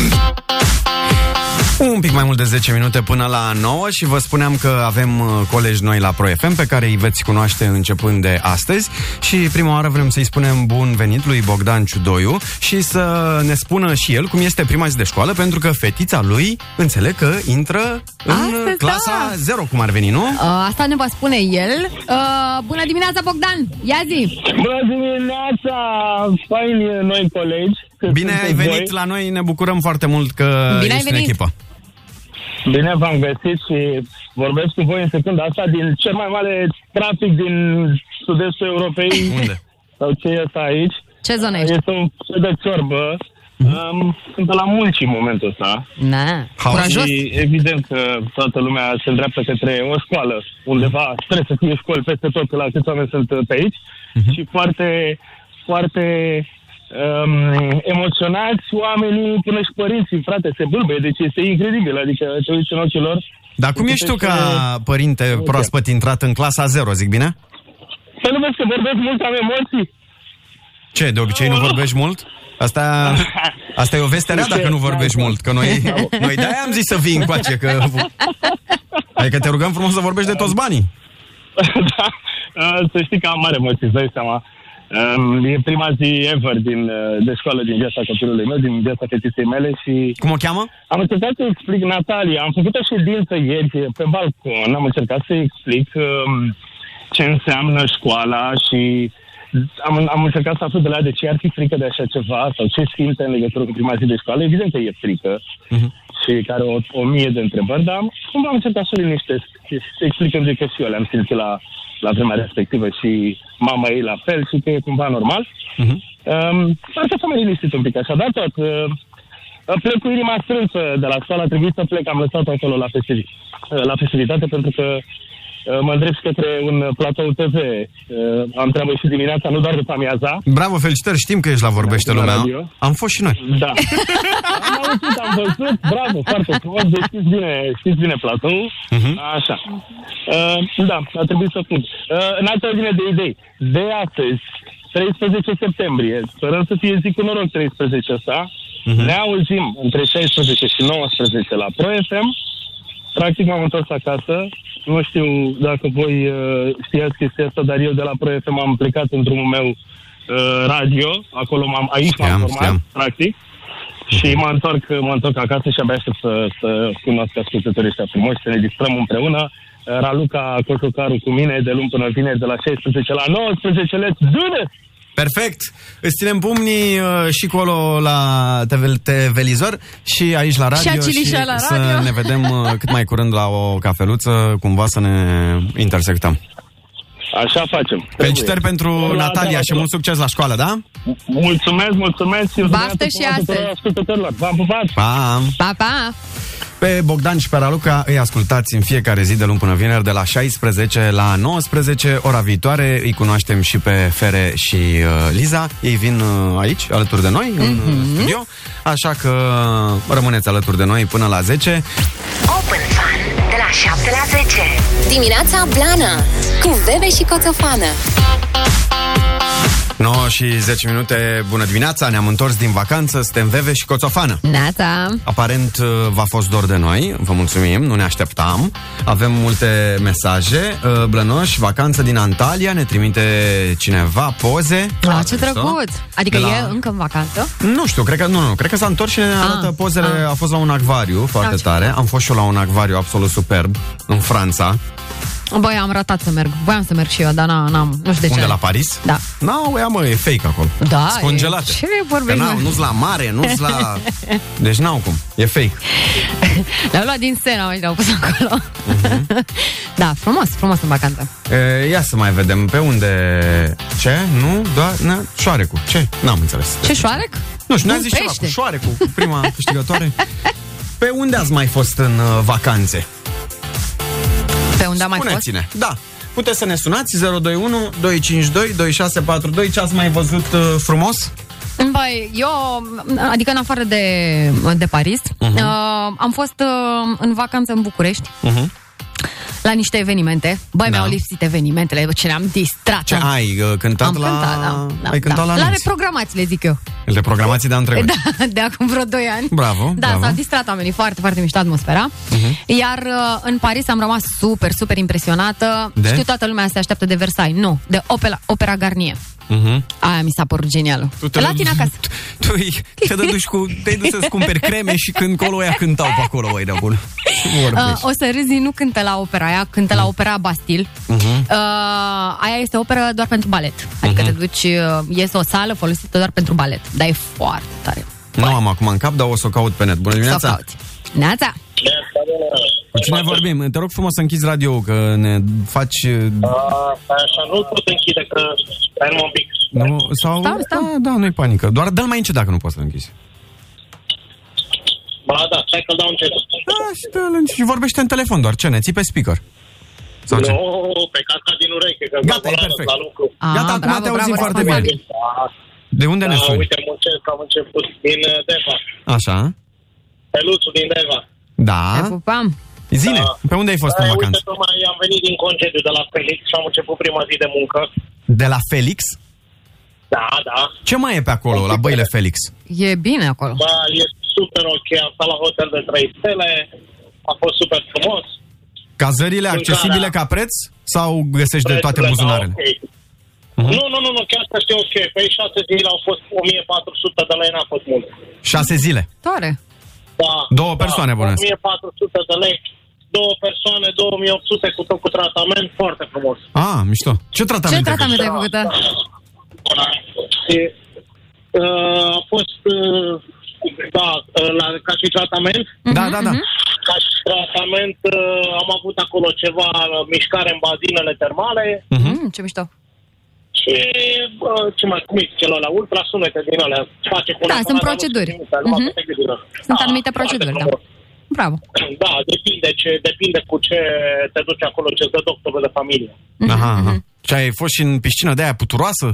S3: Un pic mai mult de 10 minute până la 9 și vă spuneam că avem uh, colegi noi la Pro FM pe care îi veți cunoaște începând de astăzi și prima oară vrem să-i spunem bun venit lui Bogdan Ciudoiu și să ne spună și el cum este prima zi de școală pentru că fetița lui înțeleg că intră în
S4: Astăzi,
S3: clasa
S4: da.
S3: 0 cum ar veni, nu?
S4: Uh, asta ne va spune el. Uh, bună dimineața, Bogdan! Ia zi!
S13: Bună dimineața! Faini noi colegi. că
S3: Bine ai
S13: sunteți
S3: venit
S13: voi.
S3: la noi, ne bucurăm foarte mult că
S13: Bine ai
S3: ești în
S13: venit.
S3: echipă.
S13: Bine v-am găsit și vorbesc cu voi în secunda asta din cel mai mare trafic din sud-estul Europei.
S3: Unde?
S13: Sau ce este aici.
S4: Ce zonă ești?
S13: Este un fel de ciorbă. Um, Sunt pe la munci în momentul ăsta.
S4: Na, curajos!
S13: Și evident că toată lumea se îndreaptă către o școală, undeva trebuie să fie școli peste tot, la câți oameni sunt uh, pe aici. Și foarte, foarte um, emoționați oamenii, până și părinții, frate, se bâlbăie, deci este incredibil, adică te uiți în ochii lor.
S3: Dar cum ești tu ca părinte proaspăt intrat în clasa 0, zic bine?
S13: Să nu vezi că vorbesc mult, am emoții.
S3: Ce, de obicei nu vorbești mult? Asta, asta e o veste rea dacă nu vorbești mult, că noi, noi de-aia am zis să vii încoace, că... Adică te rugăm frumos să vorbești de toți banii.
S13: da. Uh, Să știi că am mare emoții, îți dai seama. Um, E prima zi ever din, uh, de școală din viața copilului meu, din viața fetiței mele și...
S3: Cum o cheamă?
S13: Am încercat să explic, Natalia, am făcut o ședință ieri pe balcon, am încercat să explic um, ce înseamnă școala și am, am încercat să aflu de la ea de ce ar fi frică de așa ceva sau ce simte în legătură cu prima zi de școală. Evident că e frică și care o, o mie de întrebări, dar am- cumva am încercat să o liniștesc, și să explicăm de că și eu le-am simțit la, la vremea respectivă și mama ei la fel și că e cumva normal.
S3: Mhm.
S13: Um, așa s-a mai liniștit un pic, așa, dar tot... Uh, plec cu inima strânsă de la școală, a trebuit să plec, am lăsat acolo la, festivi- uh, la festivitate pentru că uh, mă îndrept către un uh, platou TV. Uh, Am treabă și dimineața, nu doar după amiaza.
S3: Bravo, felicitări, știm că ești la Vorbește
S13: La
S3: Lumea.
S13: radio.
S3: Am fost și noi.
S13: Da. Am auzit, am văzut, bravo, foarte frumos, deci știți bine, știți bine platou. Așa. Uh, da, a trebuit să spun. Uh, în altă ordine de idei, de astăzi, 13 septembrie, sperăm să fie zi cu noroc 13 ăsta, ne auzim între 16 și 19 la Pro FM. Practic m-am întors acasă. Nu știu dacă voi uh, știați chestia asta, dar eu de la Pro FM am plecat în drumul meu uh, radio. Acolo m-am, aici m-am format, practic. Și mă întorc, uh, mă întorc acasă și abia aștept să, să cunosc ascultătorii ăștia frumoși, să ne distrăm împreună. Uh, Raluca Cotocaru cu mine de luni până vineri, de la 16 la 19, let's do this!
S3: Perfect! Îți ținem pumnii uh, și colo la TV- televizor și aici la
S4: Și
S3: radio
S4: acili și la
S3: să
S4: radio.
S3: ne vedem uh, cât mai curând la o cafeluță, cumva să ne intersectăm.
S13: Așa facem.
S3: Felicitări pentru
S13: La
S3: Natalia
S13: treabă.
S3: și mult succes la școală, da?
S13: Mulțumesc, mulțumesc și
S4: Baftă și astăzi!
S13: ascultătorilor. V-am pupat!
S3: Pa!
S4: Pa, pa!
S3: Pe Bogdan și pe Raluca îi ascultați în fiecare zi de luni până vineri de la 16 la 19. Ora viitoare îi cunoaștem și pe Fere și uh, Liza. Ei vin uh, aici, alături de noi, în uh, studio. Așa că rămâneți alături de noi până la 10.
S1: Open Fun De la 7 la 10 Dimineața Blana Cu Veve și Coțofană
S3: 9 și 10 minute, bună dimineața, ne-am întors din vacanță, suntem Veve și Coțofană.
S4: Neața!
S3: Aparent uh, v-a fost dor de noi, vă mulțumim, nu ne așteptam. Avem multe mesaje. Uh, Blănoș, vacanță din Antalya, ne trimite cineva poze.
S4: La, ce drăguț! Adică
S3: La-
S4: e încă în Ah, vacanță?
S3: Nu știu, cred că nu, nu, cred că s-a întors și ne arată pozele. A fost la un acvariu foarte
S4: Ah, ce
S3: tare. Am fost și eu la un acvariu absolut superb în Franța.
S4: Băi, am ratat să merg. Voiam să merg și eu, dar n-am, n-am nu știu de ce.
S3: Unde, la Paris?
S4: Da.
S3: Nu, no, ea, mă, e fake acolo.
S4: Da,
S3: Sunt congelate.
S4: e- ce vorbești,
S3: Că n-au,
S4: mă?
S3: nu-s la mare, nu-s la... Deci n-au cum. E fake.
S4: Le-au luat din Sena și le-au pus acolo.
S3: Mhm.
S4: da, frumos, frumos în vacanță.
S3: E, ia să mai vedem pe unde... Ce? Nu? Da? Na, șoarecul. Ce? N-am înțeles.
S4: Ce șoarec?
S3: Nu știu, ne-a
S4: Un
S3: zis ceva
S4: pește.
S3: cu șoarecul, cu prima câștigătoare. Pe unde ați mai fost în uh, vacanțe?
S4: Pe unde am mai fost?
S3: Spuneți-ne. Da. Puteți să ne sunați 021 252 2642 ce ați mai văzut uh, frumos?
S4: Băi, eu, adică în afară de, de Paris,
S3: Mhm.
S4: uh-huh. uh, am fost uh, în vacanță în București.
S3: Uh-huh.
S4: La niște evenimente. Băi,
S3: Da.
S4: mi-au lipsit evenimentele, bă, ce ne-am distrat.
S3: Ce ai uh, cântat
S4: Da. Am
S3: la...
S4: cântat, da, da,
S3: ai cântat
S4: da.
S3: la,
S4: la
S3: anunț.
S4: reprogramați, le zic eu.
S3: De programații de antrevări.
S4: Da, de acum vreo 2 ani.
S3: Bravo,
S4: Da,
S3: bravo.
S4: s-au distrat oamenii, foarte, foarte mișto atmosfera.
S3: Mhm.
S4: Iar uh, în Paris am rămas super, super impresionată.
S3: De?
S4: Știu, toată lumea se așteaptă de Versailles. Nu, de Opera, opera Garnier.
S3: Mhm.
S4: Aia mi s-a părut genială.
S3: Tu te-
S4: La tine acasă.
S3: Tu îi- te duci cu... Te-ai dus să-ți cumperi creme și când colo ea cântau pe acolo, oi de bun.
S4: Uh, o să râzi, nu cântă la opera aia, cântă la opera Bastille.
S3: Mhm.
S4: Uh, aia este operă doar pentru balet. Adică
S3: Mhm.
S4: te duci, uh, este o sală folosită doar pentru balet. Dar e foarte tare.
S3: Nu am acum în cap, dar o să o caut pe net. Bună
S4: Să
S3: dimineața!
S4: cauți. Neața!
S3: Cu cine vorbim? Te rog frumos să închizi radio că ne faci...
S16: Stai așa, nu pot închide, că stai numai un pic.
S3: Nu, sau...
S16: Stau, stau.
S3: Da, da, nu-i panică. Doar dă-l mai încet dacă nu poți să-l închizi.
S16: Ba da, stai că-l dau încet.
S3: Da, și, dă-l încet. și vorbește în telefon doar. Ce, ne ții pe speaker? Sau ce?
S16: Nu, pe casca din ureche, că
S3: Gata, e perfect.
S16: la lucru.
S3: Ah, Gata, acum bravo, te auzim bravo, foarte bine. responsabil. De unde
S16: Da,
S3: ne suni?
S16: uite, muncesc, am început din uh, Deva.
S3: Așa.
S16: Peluțul din Deva.
S3: Da.
S4: pupam!
S3: Zine, pe unde ai fost
S16: Da,
S3: în
S16: uite,
S3: vacanță?
S16: tocmai am venit din concediu de la Felix și am început prima zi de muncă.
S3: De la Felix?
S16: Da, da.
S3: Ce mai e pe acolo, la băile Felix?
S4: E bine acolo.
S16: Ba, e super ok, am stat la hotel de 3 stele, a fost super frumos.
S3: Cazările
S16: Mâncarea.
S3: accesibile ca preț? Sau găsești de toate
S16: Prețurile, da,
S3: buzunarele? Mhm.
S16: ok. Nu, nu, nu, nu, chiar să știu ok. Pe ei șase zile au fost 1400 de lei, n-a fost mult.
S3: Șase zile.
S4: Tare!
S16: Da,
S3: Două persoane,
S16: da,
S3: bănuiesc.
S16: 1400 de lei, două persoane, 2800 cu tot cu tratament, foarte frumos.
S3: A, Ah, mișto. Ce tratament?
S4: Ce
S3: ai făcut?
S4: tratament ai făcut? da?
S16: Și, uh, a fost, uh, da, uh, la, ca și tratament.
S3: Da,
S4: Mhm,
S3: da, da.
S16: Ca și tratament uh, am avut acolo ceva uh, mișcare în bazinele termale
S3: Mhm.
S4: Mm, ce mișto!
S16: și, uh, ce mai, cum e celălalt, ultrasunete din alea, face cu un
S4: Da,
S16: aparat,
S4: sunt
S16: dar nu
S4: proceduri.
S16: știu cum se luată
S4: Mhm.
S16: tehnicilor.
S4: Sunt
S16: Da,
S4: anumite
S16: foarte
S4: proceduri, da.
S16: frumos.
S4: Bravo!
S16: Da, depinde, ce, depinde cu ce te duci acolo, ce-ți dă doctorul de familie.
S4: mhm,
S3: Aha, aha. Și ai fost și în piscina de aia puturoasă?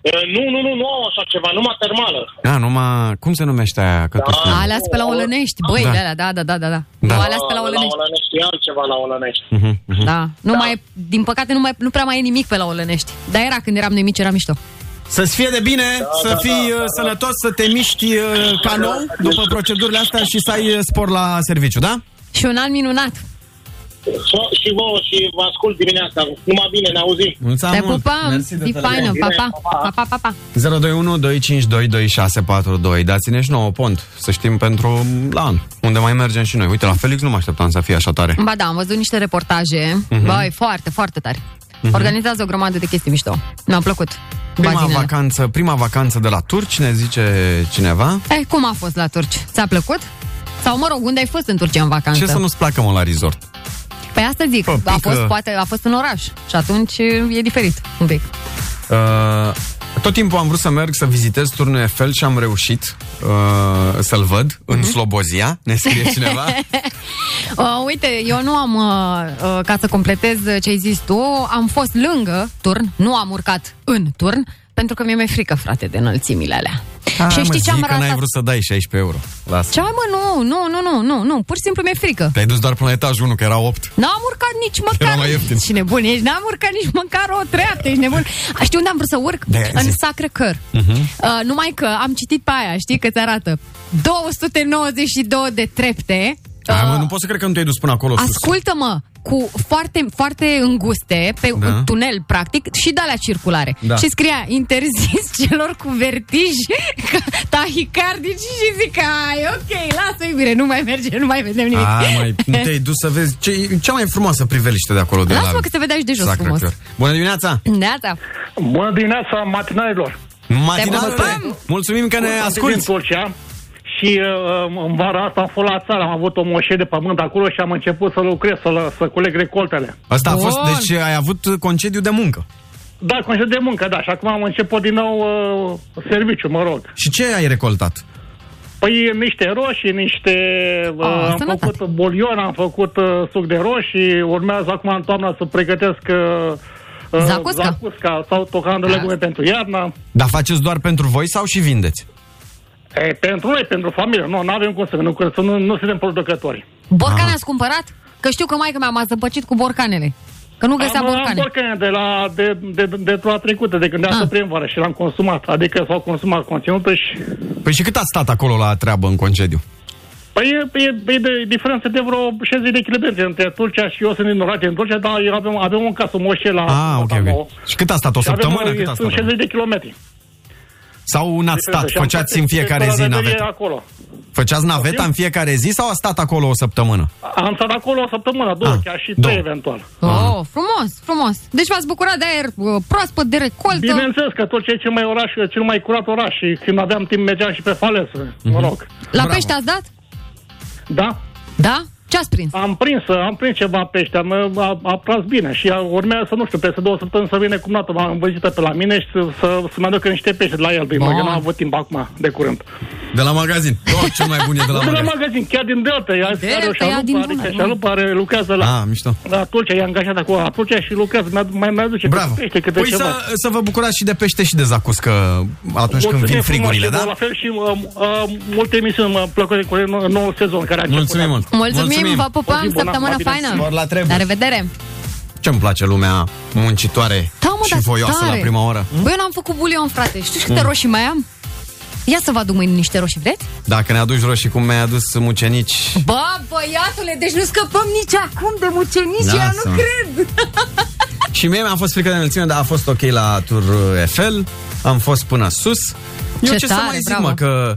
S16: Uh, Nu, nu, nu, nu au așa ceva, numai termală.
S3: Da, numai... Cum se numește aia? Că tu știi.
S4: Alea sunt pe la Olănești, băi,
S3: Da.
S4: da. alea, da, da, da, da. da.
S3: Da.
S4: Nu, alea sunt pe la
S16: La
S4: Olănești.
S16: Olănești e altceva la Olănești.
S3: Mhm,
S4: Da. Nu mai, e- din păcate, nu, mai, nu prea mai e nimic pe la Olănești. Dar era când eram noi mici, era mișto.
S3: Să-ți fie de bine, da, să
S16: da,
S3: fii
S16: da,
S3: da,
S16: da, da.
S3: sănătos, să te miști uh, ca nou după procedurile astea și să ai uh, spor la serviciu, da?
S4: Și un an minunat.
S16: Și- Și vouă și vă ascult dimineața. Numai bine, ne auzim.
S4: Te
S3: Mulțumesc mult!
S4: pupăm!
S3: Mersi de
S4: Fii
S3: telefon.
S4: faină! Pa, pa! Pa, pa, pa, pa!
S3: 021 252 2642 Dați-ne și nouă pont, să știm pentru la an, unde mai mergem și noi Uite, la Felix nu mă așteptam să fie așa tare
S4: Ba da, am văzut niște reportaje.
S3: Mhm.
S4: Băi, foarte, foarte tare. Organizează o grămadă de chestii mișto. Mi-a plăcut.
S3: Prima
S4: bazinele.
S3: vacanță, prima vacanță de la turci, ne zice cineva
S4: Eh, cum a fost la Turci? Ți-a plăcut? Sau, mă rog, unde ai fost în Turcia în vacanță?
S3: Ce să nu-ți placă, mă, la resort?
S4: Păi asta zic,
S3: Pă,
S4: a
S3: pică.
S4: fost, poate, a fost în oraș și atunci e diferit un pic.
S3: Uh, tot timpul am vrut să merg să vizitez turnul Eiffel și am reușit uh, să-l văd
S4: Mhm.
S3: în Slobozia, ne scrie cineva.
S4: Uh, uite, eu nu am, uh, uh, ca să completez ce ai zis tu, am fost lângă turn, nu am urcat în turn, pentru că mi-e mai frică, frate, de înălțimile alea.
S3: Ah,
S4: și
S3: mă,
S4: știi ce am
S3: zic că n-ai
S4: ratat?
S3: vrut să dai 16 euro. Lasă.
S4: Ce ai, mă, nu, nu, nu, nu, nu, nu, pur și simplu mi-e frică.
S3: Te-ai dus doar până la etajul 1, că era 8.
S4: N-am urcat nici
S3: Era
S4: măcar...
S3: mai ieftin.
S4: Și nebun ești, n-am urcat nici măcar o treaptă, ești nebun. A, Știi unde am vrut să urc?
S3: De-aia
S4: în
S3: zi.
S4: Sacré-Cœur.
S3: Uh-huh.
S4: Uh, numai că am citit pe aia, știi, că ți arată 292 de trepte
S3: Ah, mă, nu pot să cred că nu te-ai dus până acolo sus.
S4: Ascultă-mă, cu foarte, foarte înguste, pe
S3: Da.
S4: un tunel, practic, și de alea circulare.
S3: Da.
S4: Și scria interzis celor cu vertij, ca- tahicardici și zic, ai, ok, lasă-i bine, nu mai merge, nu mai vedem nimic.
S3: A, mai, te-ai dus să vezi ce, e cea mai frumoasă priveliște de acolo. De
S4: Lasă-mă
S3: la
S4: că se vedea și de jos
S3: Sacră
S4: frumos.
S3: Căr. Bună dimineața!
S4: Neața.
S17: Bună dimineața, matinalilor!
S3: Matinalele! Mulțumim că ne
S17: Din
S3: asculti!
S17: Turcia. Și uh, în vara asta am fost la țară, am avut o moșie de pământ acolo și am început să lucrez, să, lă- să culeg recoltele.
S3: Asta a fost, deci ai avut concediu de muncă.
S17: Da, concediu de muncă, da, și acum am început din nou uh, serviciu, mă rog.
S3: Și ce ai recoltat?
S17: Păi niște roșii, niște... Uh,
S3: Ah,
S17: am
S3: sănătate.
S17: făcut bolion, am făcut uh, suc de roșii, urmează acum în toamna să pregătesc... Uh, uh,
S4: Zacuscă.
S17: zacusca sau tocan de
S4: Da.
S17: legume pentru iarnă.
S3: Dar faceți doar pentru voi sau și vindeți?
S17: E, pentru noi, pentru familie, nu, nu avem cum să nu, că să nu, nu suntem producători.
S3: Ah.
S4: Borcane ați cumpărat? Că știu că maica mea m-a zăpăcit cu borcanele. Că nu găsea
S17: am, am
S4: borcane.
S17: borcane de la de, de, de, de toată trecută, de când am ah. primăvară și l-am consumat. Adică s-au consumat conținutul și...
S3: Păi și cât ați stat acolo la treabă în concediu?
S17: Păi e, e, e de diferență de vreo 60 de kilometri între Turcia și eu sunt din Norate în Turcia, dar eu avem, avem un casă moșie la...
S13: da,
S3: Ah, ok, ok. Și cât a stat? O
S17: Și avem,
S3: săptămână? Cât a
S17: Sunt
S3: stat?
S17: 60 de kilometri.
S3: Sau n-ați stat?
S17: Și am
S3: Făceați în
S17: făcut
S3: fiecare zi
S17: călătorie
S3: naveta?
S17: Acolo.
S3: Făceați naveta în fiecare zi sau a stat acolo o săptămână?
S17: Am stat acolo o săptămână, două,
S3: Ah,
S17: chiar și
S3: două.
S17: trei eventual.
S4: Oh, frumos, frumos. Deci v-ați bucurat de aer uh, proaspăt, de recoltă.
S17: Bineînțeles că Turcia e cel mai, oraș, cel mai curat oraș și când aveam timp mergeam și pe falesă,
S3: Mhm.
S17: mă rog.
S4: La pește ați dat?
S17: Da?
S4: Da? Ce ați prins?
S17: Am prins, am prins ceva pește, am, a, a pras bine și a- urmează să nu știu, peste două săptămâni să vină cumnatul, am vizită pe la mine și să, să, să mă aducă niște pește de la el, din
S3: Bun.
S17: că n-am avut timp acum, de curând.
S3: De la magazin. Oh, cel mai bun e de la
S17: Nu de la
S3: magazin.
S17: magazin, chiar din Delta, ea
S4: Delta,
S17: are o
S4: ea din Dunăre,
S17: șalupă, adică
S4: mă.
S17: șalupa are, lucrează la,
S3: Ah, mișto.
S17: la Tulcea, e angajat acolo la Tulcea și lucrează, mai, mai mi-aduce
S3: Bravo.
S17: pește câte
S3: Păi
S17: ceva.
S3: să, să vă bucurați și de pește și de zacuscă atunci când
S17: Mulțumim
S3: vin
S17: frumos
S3: frigurile,
S17: și vă
S3: da?
S17: La fel și um, um, multe emisiuni mă plăcute cu nou- noul sezon care a început. da.
S3: Mulțumim mult.
S4: Mulțumim, vă
S17: O
S4: pupăm,
S17: zi bună,
S4: săptămână
S17: numai bine.
S4: faină.
S3: Vor la treburi.
S4: La revedere.
S3: Ce-mi place lumea muncitoare
S4: Da, mă,
S3: și
S4: dar
S3: voioasă
S4: tare.
S3: la prima oră.
S4: Băi, eu n-am făcut bulion, frate. Știi câte
S3: Mm.
S4: roșii mai am? Ia să vă aduc mâine niște roșii, vreți?
S3: Dacă ne aduci roșii cum mi-ai adus mucenici,
S4: Bă, băiatule, deci nu scăpăm nici acum de mucenici, eu
S3: Lasă-mă.
S4: nu cred.
S3: Și mie mi-a fost frică de înălțime, dar a fost ok la tur uh, Eiffel, am fost până sus. Eu
S4: Ce
S3: ce, să
S4: tare,
S3: mai zic,
S4: bravo.
S3: mă, că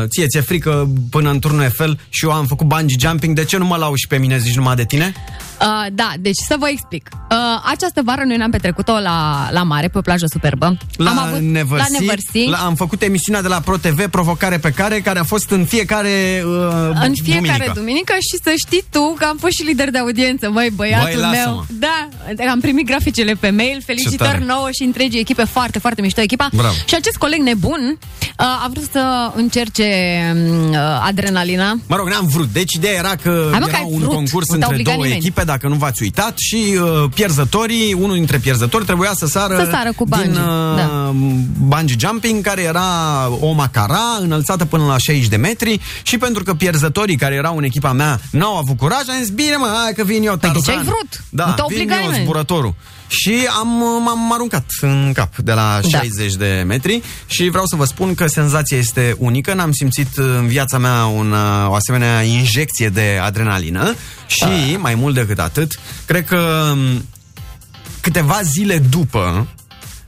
S3: uh, ție ți-e frică până în turnul Eiffel și eu am făcut bungee jumping, de ce nu mă lau și pe mine, zici numai de tine?
S4: Uh, da, deci să vă explic. Uh, această vară noi ne-am petrecut-o la, la mare, pe o plajă superbă.
S3: La
S4: am avut,
S3: Neversea,
S4: la Neversi.
S3: la, am făcut emisiunea de la Pro TV, Provocare pe care, care a fost în fiecare uh,
S4: în fiecare duminică.
S3: duminică.
S4: și să știi tu că am fost și lider de audiență, măi, băiatul
S3: Băi, lasă-mă.
S4: meu. Da, am primit graficele pe mail, felicitări
S3: tare.
S4: nouă și întregii echipe, foarte, foarte mișto echipa.
S3: Bravo.
S4: Și acest coleg nebun uh, a vrut să încerce um, uh, adrenalina.
S3: Mă rog, n-am vrut. Deci ideea era că
S4: Hai, mă, că
S3: era
S4: ai
S3: un
S4: vrut.
S3: concurs
S4: Nu te-a
S3: între
S4: obligat
S3: două
S4: nimeni.
S3: echipe, dacă nu v-ați uitat, și uh, pierzătorii, unul dintre pierzători trebuia să sară,
S4: Să sară cu
S3: din
S4: bungee,
S3: uh,
S4: da.
S3: bungee jumping, care era o macara înălțată până la 60 de metri și pentru că pierzătorii care erau în echipa mea n-au avut curaj, am zis, bine mă, hai că vin eu, Tarzan.
S4: deci ai vrut.
S3: Da,
S4: Nu te-a
S3: vin
S4: obligat
S3: eu,
S4: nimeni.
S3: zburătorul. Și am, uh, m-am aruncat în cap de la
S4: Da.
S3: 60 de metri și vreau să vă spun că senzația este unică. N-am simțit uh, în viața mea un, uh, o asemenea injecție de adrenalină și,
S4: Ah.
S3: mai mult decât atât, cred că um, câteva zile după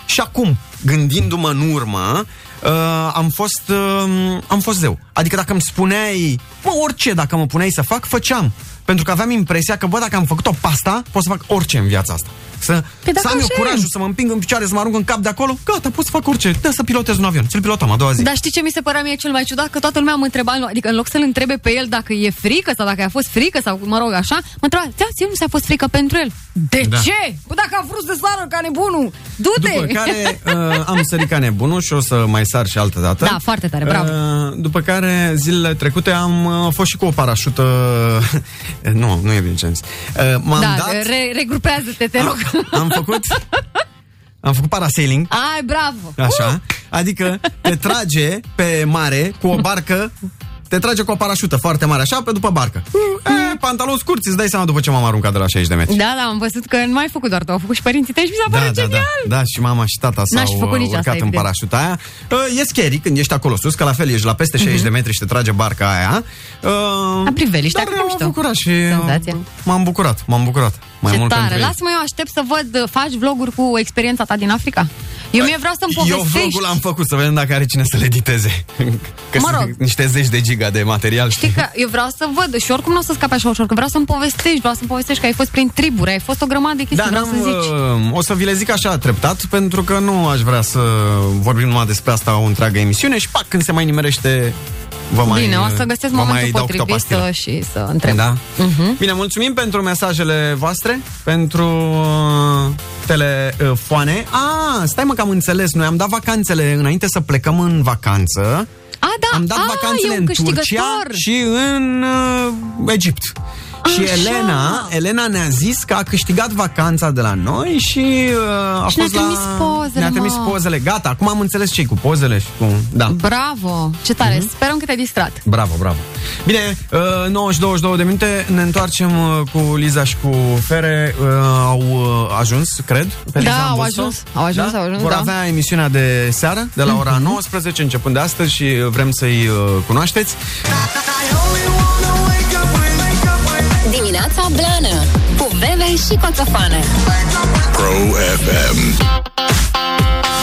S3: și acum, gândindu-mă în urmă, uh, am fost uh, am fost zeu. Adică dacă îmi spuneai, mă, orice dacă mă puneai să fac, făceam. Pentru că aveam impresia că, bă, dacă am făcut-o pasta, pot să fac orice în viața asta. Să,
S4: Păi dacă
S3: să am eu
S4: așa e.
S3: curajul să mă împing în picioare, să mă arunc în cap de acolo, gata, pot să fac orice. Da, să pilotez un avion. Să-l pilotam a doua zi.
S4: Dar știi ce mi se părea mie cel mai ciudat? Că toată lumea mă întreba, adică în loc să-l întrebe pe el dacă e frică sau dacă a fost frică sau, mă rog, așa, mă întreba, da, ție nu s-a fost frică pentru el. De
S3: Da.
S4: ce? Bă, dacă a vrut să sară ca nebunul, du-te!
S3: După care uh, am sărit ca nebunul și o să mai sar și altă dată.
S4: Da, foarte tare, bravo.
S3: Uh, după care, zilele trecute, am uh, fost și cu o parașută... nu, nu e bine ce am zis. Uh, m-am
S4: da,
S3: dat,
S4: re- regrupează-te, te rog.
S3: am făcut... Am făcut parasailing,
S4: Ai, bravo!
S3: așa, adică te trage pe mare cu o barcă, Te trage cu o parașută foarte mare, așa, pe după barcă. E, pantaloni scurți, îți dai seama după ce m-am aruncat de la 60 de metri.
S4: Da, da, am văzut că nu ai făcut doar tu, au făcut și părinții tăi și mi s-a
S3: Da,
S4: părut
S3: da, da,
S4: genial.
S3: da, și mama și tata
S4: N-aș
S3: s-au
S4: fi făcut
S3: uh,
S4: nici asta,
S3: urcat în
S4: evident.
S3: parașuta aia. Uh, E scary când ești acolo sus, că la fel ești la peste 60 de metri și te trage barca aia. Uh,
S4: Mhm. A priveliște,
S3: dar
S4: acum
S3: am
S4: mișto.
S3: avut curaj și uh,
S4: Senzația.
S3: m-am bucurat, m-am bucurat. Mai
S4: Ce
S3: mult
S4: tare,
S3: pentru ei.
S4: lasă-mă eu aștept să văd, uh, faci vloguri cu experiența ta din Africa? Eu mie vreau să-mi
S3: Păi, Eu
S4: povestești.
S3: vlogul am făcut, să vedem dacă are cine să le editeze. Că
S4: Mă
S3: sunt
S4: rog.
S3: niște zeci de giga de material.
S4: Știi că eu vreau să văd și oricum nu o să scape așa ușor, că vreau să-mi povestești, vreau să-mi povestești că ai fost prin triburi, ai fost o grămadă de chestii,
S3: Da,
S4: vreau
S3: n-am,
S4: să zici.
S3: uh, o să vi le zic așa treptat, pentru că nu aș vrea să vorbim numai despre asta o întreagă emisiune și pac, când se mai nimerește, vă mai
S4: Bine, o
S3: uh,
S4: să găsesc
S3: vă mai
S4: momentul
S3: dau câte o
S4: potrivit
S3: pastilă.
S4: să- Mhm. și să întreb.
S3: Da. Bine, mulțumim pentru mesajele voastre, pentru uh, telefoane. A, stai mă că am înțeles, noi am dat vacanțele înainte să plecăm în vacanță.
S4: A, da,
S3: am dat
S4: a,
S3: vacanțele
S4: e
S3: în
S4: un
S3: Turcia
S4: câștigător.
S3: și în uh, Egipt. Și
S4: Așa.
S3: Elena, Elena ne-a zis că a câștigat vacanța de la noi și uh, a
S4: Și ne-a
S3: fost la...
S4: trimis pozele,
S3: Ne-a trimis
S4: mă.
S3: pozele. Gata, acum am înțeles ce cu pozele și cu... Da.
S4: Bravo, ce tare,
S3: Mhm.
S4: sperăm că te-ai distrat.
S3: Bravo, bravo. Bine, uh, 9 și 22 de minute, ne întoarcem uh, cu Liza și cu Fere. Uh, Au uh, ajuns, cred, pe
S4: Da,
S3: Liza în
S4: au
S3: vârstă.
S4: ajuns, au ajuns,
S3: da?
S4: au ajuns,
S3: Vor
S4: da. Mhm.
S3: avea emisiunea de seară, de la ora 19, începând de astăzi și uh, vrem să-i uh, cunoașteți.
S1: Dimineața Blană Cu Bebe și Coțofană
S18: Pro FM.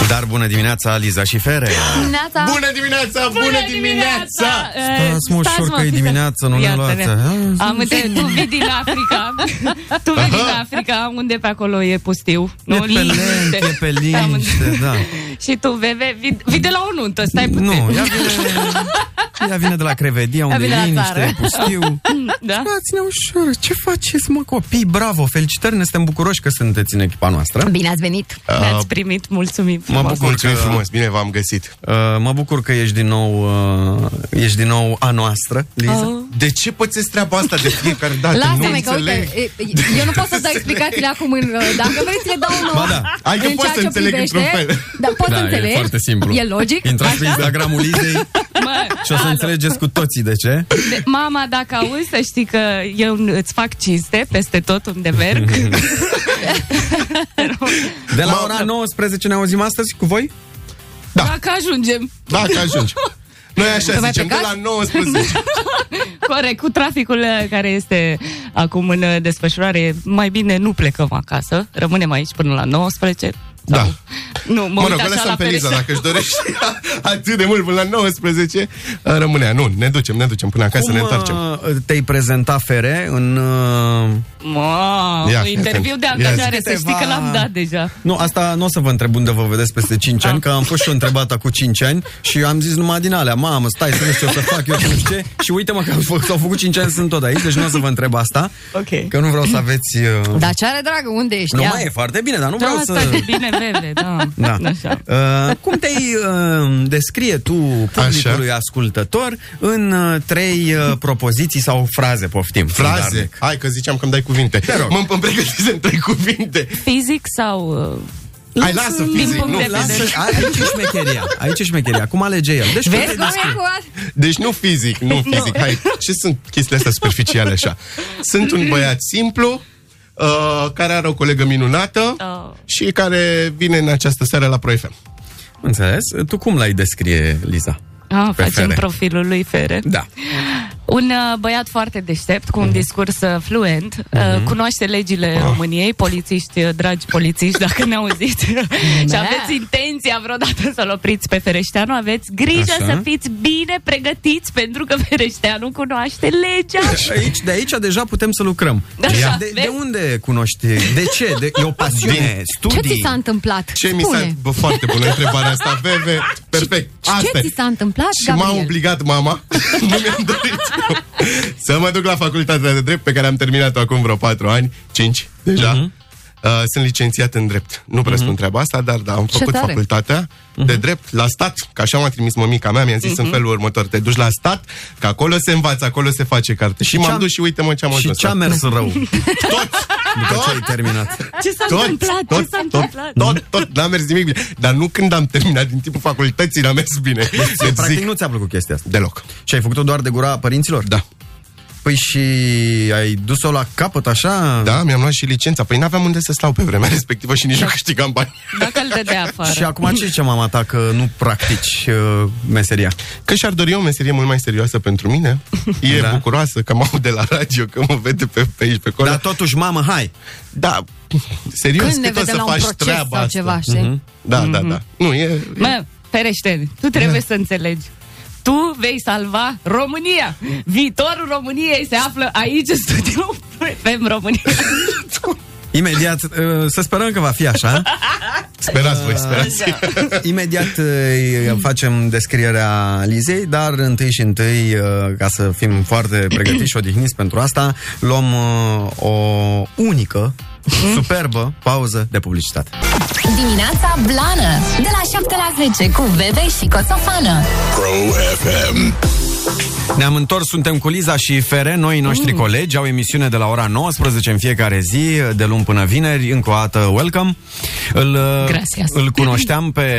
S3: Dar bună dimineața, Liza și Fere.
S4: Dimineața.
S19: Bună dimineața! Bună, dimineața!
S3: Stați mă ușor că e dimineața, nu ne
S20: Iată-ne.
S3: luați. Ah,
S20: Am întâlnit tu vii din Africa. tu vii din Africa, unde pe acolo e pustiu. Nu,
S3: E pe lent, e pe liniște, da.
S20: Și tu, Veve, vii, vii de la o nuntă, stai puțin.
S3: Nu, ea vine, ea vine de la Crevedia, unde
S20: vine
S3: e
S20: la
S3: liniște,
S20: țară.
S3: e pustiu.
S20: Da?
S3: Stați-ne ușor, ce faceți, mă, copii? Bravo, felicitări, ne suntem bucuroși că sunteți în echipa noastră.
S4: Bine ați venit!
S3: Uh,
S20: Ne-ați primit, mulțumim
S3: Mă
S20: frumos.
S3: bucur
S19: Mulțumim
S3: că...
S19: frumos, bine v-am găsit.
S3: Uh, mă bucur că ești din nou, uh, ești din nou a noastră, Liza.
S4: Oh.
S19: De ce pățesc treaba asta de fiecare dată? nu
S4: Lasă-mă că,
S19: înțeleg.
S4: uite, e- e- eu nu pot să dau explicațiile acum în... uh, Dacă vrei, ți le dau în...
S3: Ba da,
S19: hai că
S4: în
S19: pot
S4: ceea
S19: să
S4: ce
S19: înțeleg
S4: privește.
S19: într-un fel.
S4: Da, pot
S3: Da,
S4: să
S3: e
S4: înțelegi.
S3: foarte simplu.
S4: E logic.
S3: Intrați pe
S4: așa?
S3: Instagramul Lizei și o
S20: Ah,
S3: să înțelegeți cu toții de ce.
S20: De- Mama, dacă auzi, să știi că eu îți fac cinste peste tot unde merg.
S3: De la ora 19 ne auzim astăzi cu voi?
S20: Da. Dacă ajungem.
S19: Dacă ajungi. Noi așa
S20: Că mai
S19: zicem, de
S20: plecați?
S19: la 19.
S20: Corect, cu traficul uh, care este acum în uh, desfășurare, mai bine nu plecăm acasă, rămânem aici până la 19.
S19: Da.
S20: Nu, mă,
S19: Mă
S20: uit
S19: rog, o
S20: așa la
S19: lăsăm pe Liza
S20: pereche.
S19: dacă își dorește atât de mult până la 19. Rămânea, nu, ne ducem, ne ducem până acasă,
S3: Cum
S19: ne întoarcem.
S3: uh, te-ai prezenta, Fere, în... uh,
S20: Mă,
S3: Ia,
S20: un
S3: fii
S20: interviu
S3: atent.
S20: de angajare,
S3: Ia zi
S20: să știi că
S3: câteva-
S20: l-am dat deja.
S3: Nu, asta nu o să vă întreb unde vă vedeți peste 5
S19: Ah.
S3: ani, că am fost și eu întrebat cu 5 ani și am zis numai din alea, mamă, stai să nu știu ce o să fac eu și nu știu ce. Și uite-mă că am fă- s-au făcut 5 ani, sunt tot aici, deci nu o să vă întreb asta,
S20: okay.
S3: că nu vreau să aveți... Uh...
S4: Dar ce are, dragă, unde ești?
S3: Nu
S4: Ia.
S3: mai e foarte bine, dar nu vreau
S20: da,
S3: să...
S20: stai bine, veve, da.
S3: Da. Uh, cum te-ai uh, descrie tu publicului Așa. ascultător în uh, trei uh, propoziții sau fraze, poftim?
S19: Fraze? Hai că ziceam că îmi dai cuvinte. Te
S3: rog.
S19: Mă îmi pregătisem trei cuvinte.
S20: Fizic sau... uh,
S19: Hai, lasă
S20: Din
S19: fizic,
S20: punct
S19: nu
S20: de
S19: fizic.
S20: vedere.
S3: Aici e șmecheria, aici e șmecheria. Cum alege el? Deci, cum
S4: Vezi
S3: te
S4: cum e
S3: descrie?
S4: cu
S19: Deci nu fizic, nu
S4: Nu.
S19: fizic. Hai, ce sunt chestiile astea superficiale așa? Sunt un băiat simplu, uh, care are o colegă minunată
S20: Oh.
S19: și care vine în această seară la Pro FM.
S3: Înțeles? Tu cum l-ai descrie, Liza?
S20: Ah,
S3: Pe
S20: facem
S3: fere.
S20: profilul lui Fere.
S3: Da.
S20: Un uh, băiat foarte deștept, cu un
S19: Mhm.
S20: discurs uh, fluent, uh, cunoaște legile
S19: Oh.
S20: României, polițiști, uh, dragi polițiști, dacă ne auziți, și
S4: Da.
S20: aveți intenția vreodată să-l opriți pe Fereșteanu, aveți grijă
S3: Așa.
S20: să fiți bine pregătiți, pentru că Fereșteanu cunoaște legea.
S3: Deci, Aici, de aici deja putem să lucrăm.
S4: Da,
S20: Așa,
S3: Ia. de, de
S20: vezi?
S3: unde cunoști? De ce? De, e o pasiune,
S19: Din-
S3: studii.
S4: Ce ți s-a întâmplat?
S19: Ce mi s-a...
S4: Spune.
S19: Bă, foarte bună întrebarea asta, Veve. Perfect. Asta
S4: Ce
S19: e.
S4: ți s-a întâmplat,
S19: Și m-a
S4: Gabriel?
S19: obligat mama, nu mi-am dorit, să mă duc la facultatea de drept pe care am terminat-o acum vreo 4 ani, 5 deja.
S4: Mhm.
S19: Uh, sunt licențiat în drept. Nu prea spun treaba asta, dar da, am
S4: Ce
S19: făcut
S4: tare. Mhm.
S19: facultatea de drept la stat, că așa m-a trimis mămica mea, mi-a zis în felul următor, te duci la stat, că acolo se învață, acolo se face carte. Și,
S3: ce
S19: m-am
S3: am-
S19: dus și uite-mă ce am
S3: Și
S19: ajuns.
S3: ce a mers rău?
S19: Tot!
S3: După ce ai terminat. Deci,
S20: Ce s-a întâmplat?
S19: Tot,
S20: Ce s-a
S19: tot,
S20: întâmplat?
S19: tot, tot, n-a mers nimic bine. Dar nu când am terminat, din timpul facultății n-a mers bine. Deci
S3: Practic
S19: zic,
S3: nu ți-a plăcut chestia asta.
S19: deloc.
S3: Și ai făcut-o doar de gura părinților?
S19: Da.
S3: Păi și ai dus-o la capăt așa?
S19: Da, mi-am luat și licența. Păi n-aveam unde să stau pe vremea respectivă și nici
S20: Da.
S19: nu câștigam bani.
S20: Dacă îl dădea afară.
S3: Și acum ce zice mama ta că nu practici uh, meseria?
S19: Că și-ar dori o meserie mult mai serioasă pentru mine. E
S3: Da.
S19: da. bucuroasă că mă aude la radio, că mă vede pe, pe aici, pe acolo.
S3: Dar totuși, mamă, hai!
S19: Da, serios,
S4: Când ne
S19: cât o
S4: vedem
S19: să
S4: la un
S19: faci
S4: proces
S19: treaba
S4: sau
S19: asta?
S4: ceva, știi?
S19: Da, da, da. Nu, e...
S20: Mă, ferește, tu trebuie să înțelegi. Tu vei salva România. Viitorul României se află aici în studioul FM România.
S3: Imediat, uh, să sperăm că va fi așa. Uh, da.
S19: Sperați voi, sperați.
S3: Imediat uh, facem descrierea Lizei, dar întâi și întâi, uh, ca să fim foarte pregătiți și odihniți pentru asta, luăm uh, o unică,
S19: Mhm.
S3: superbă pauză de publicitate.
S1: Dimineața Blană De la 7 la 10 cu Bebe și Coțofană
S2: Pro FM.
S3: Ne-am întors, suntem cu Liza și Fere, noi
S4: Mm.
S3: noștri colegi, au emisiune de la ora 19 în fiecare zi, de luni până vineri, încă o dată, welcome. Îl,
S20: Gracias.
S3: îl cunoșteam pe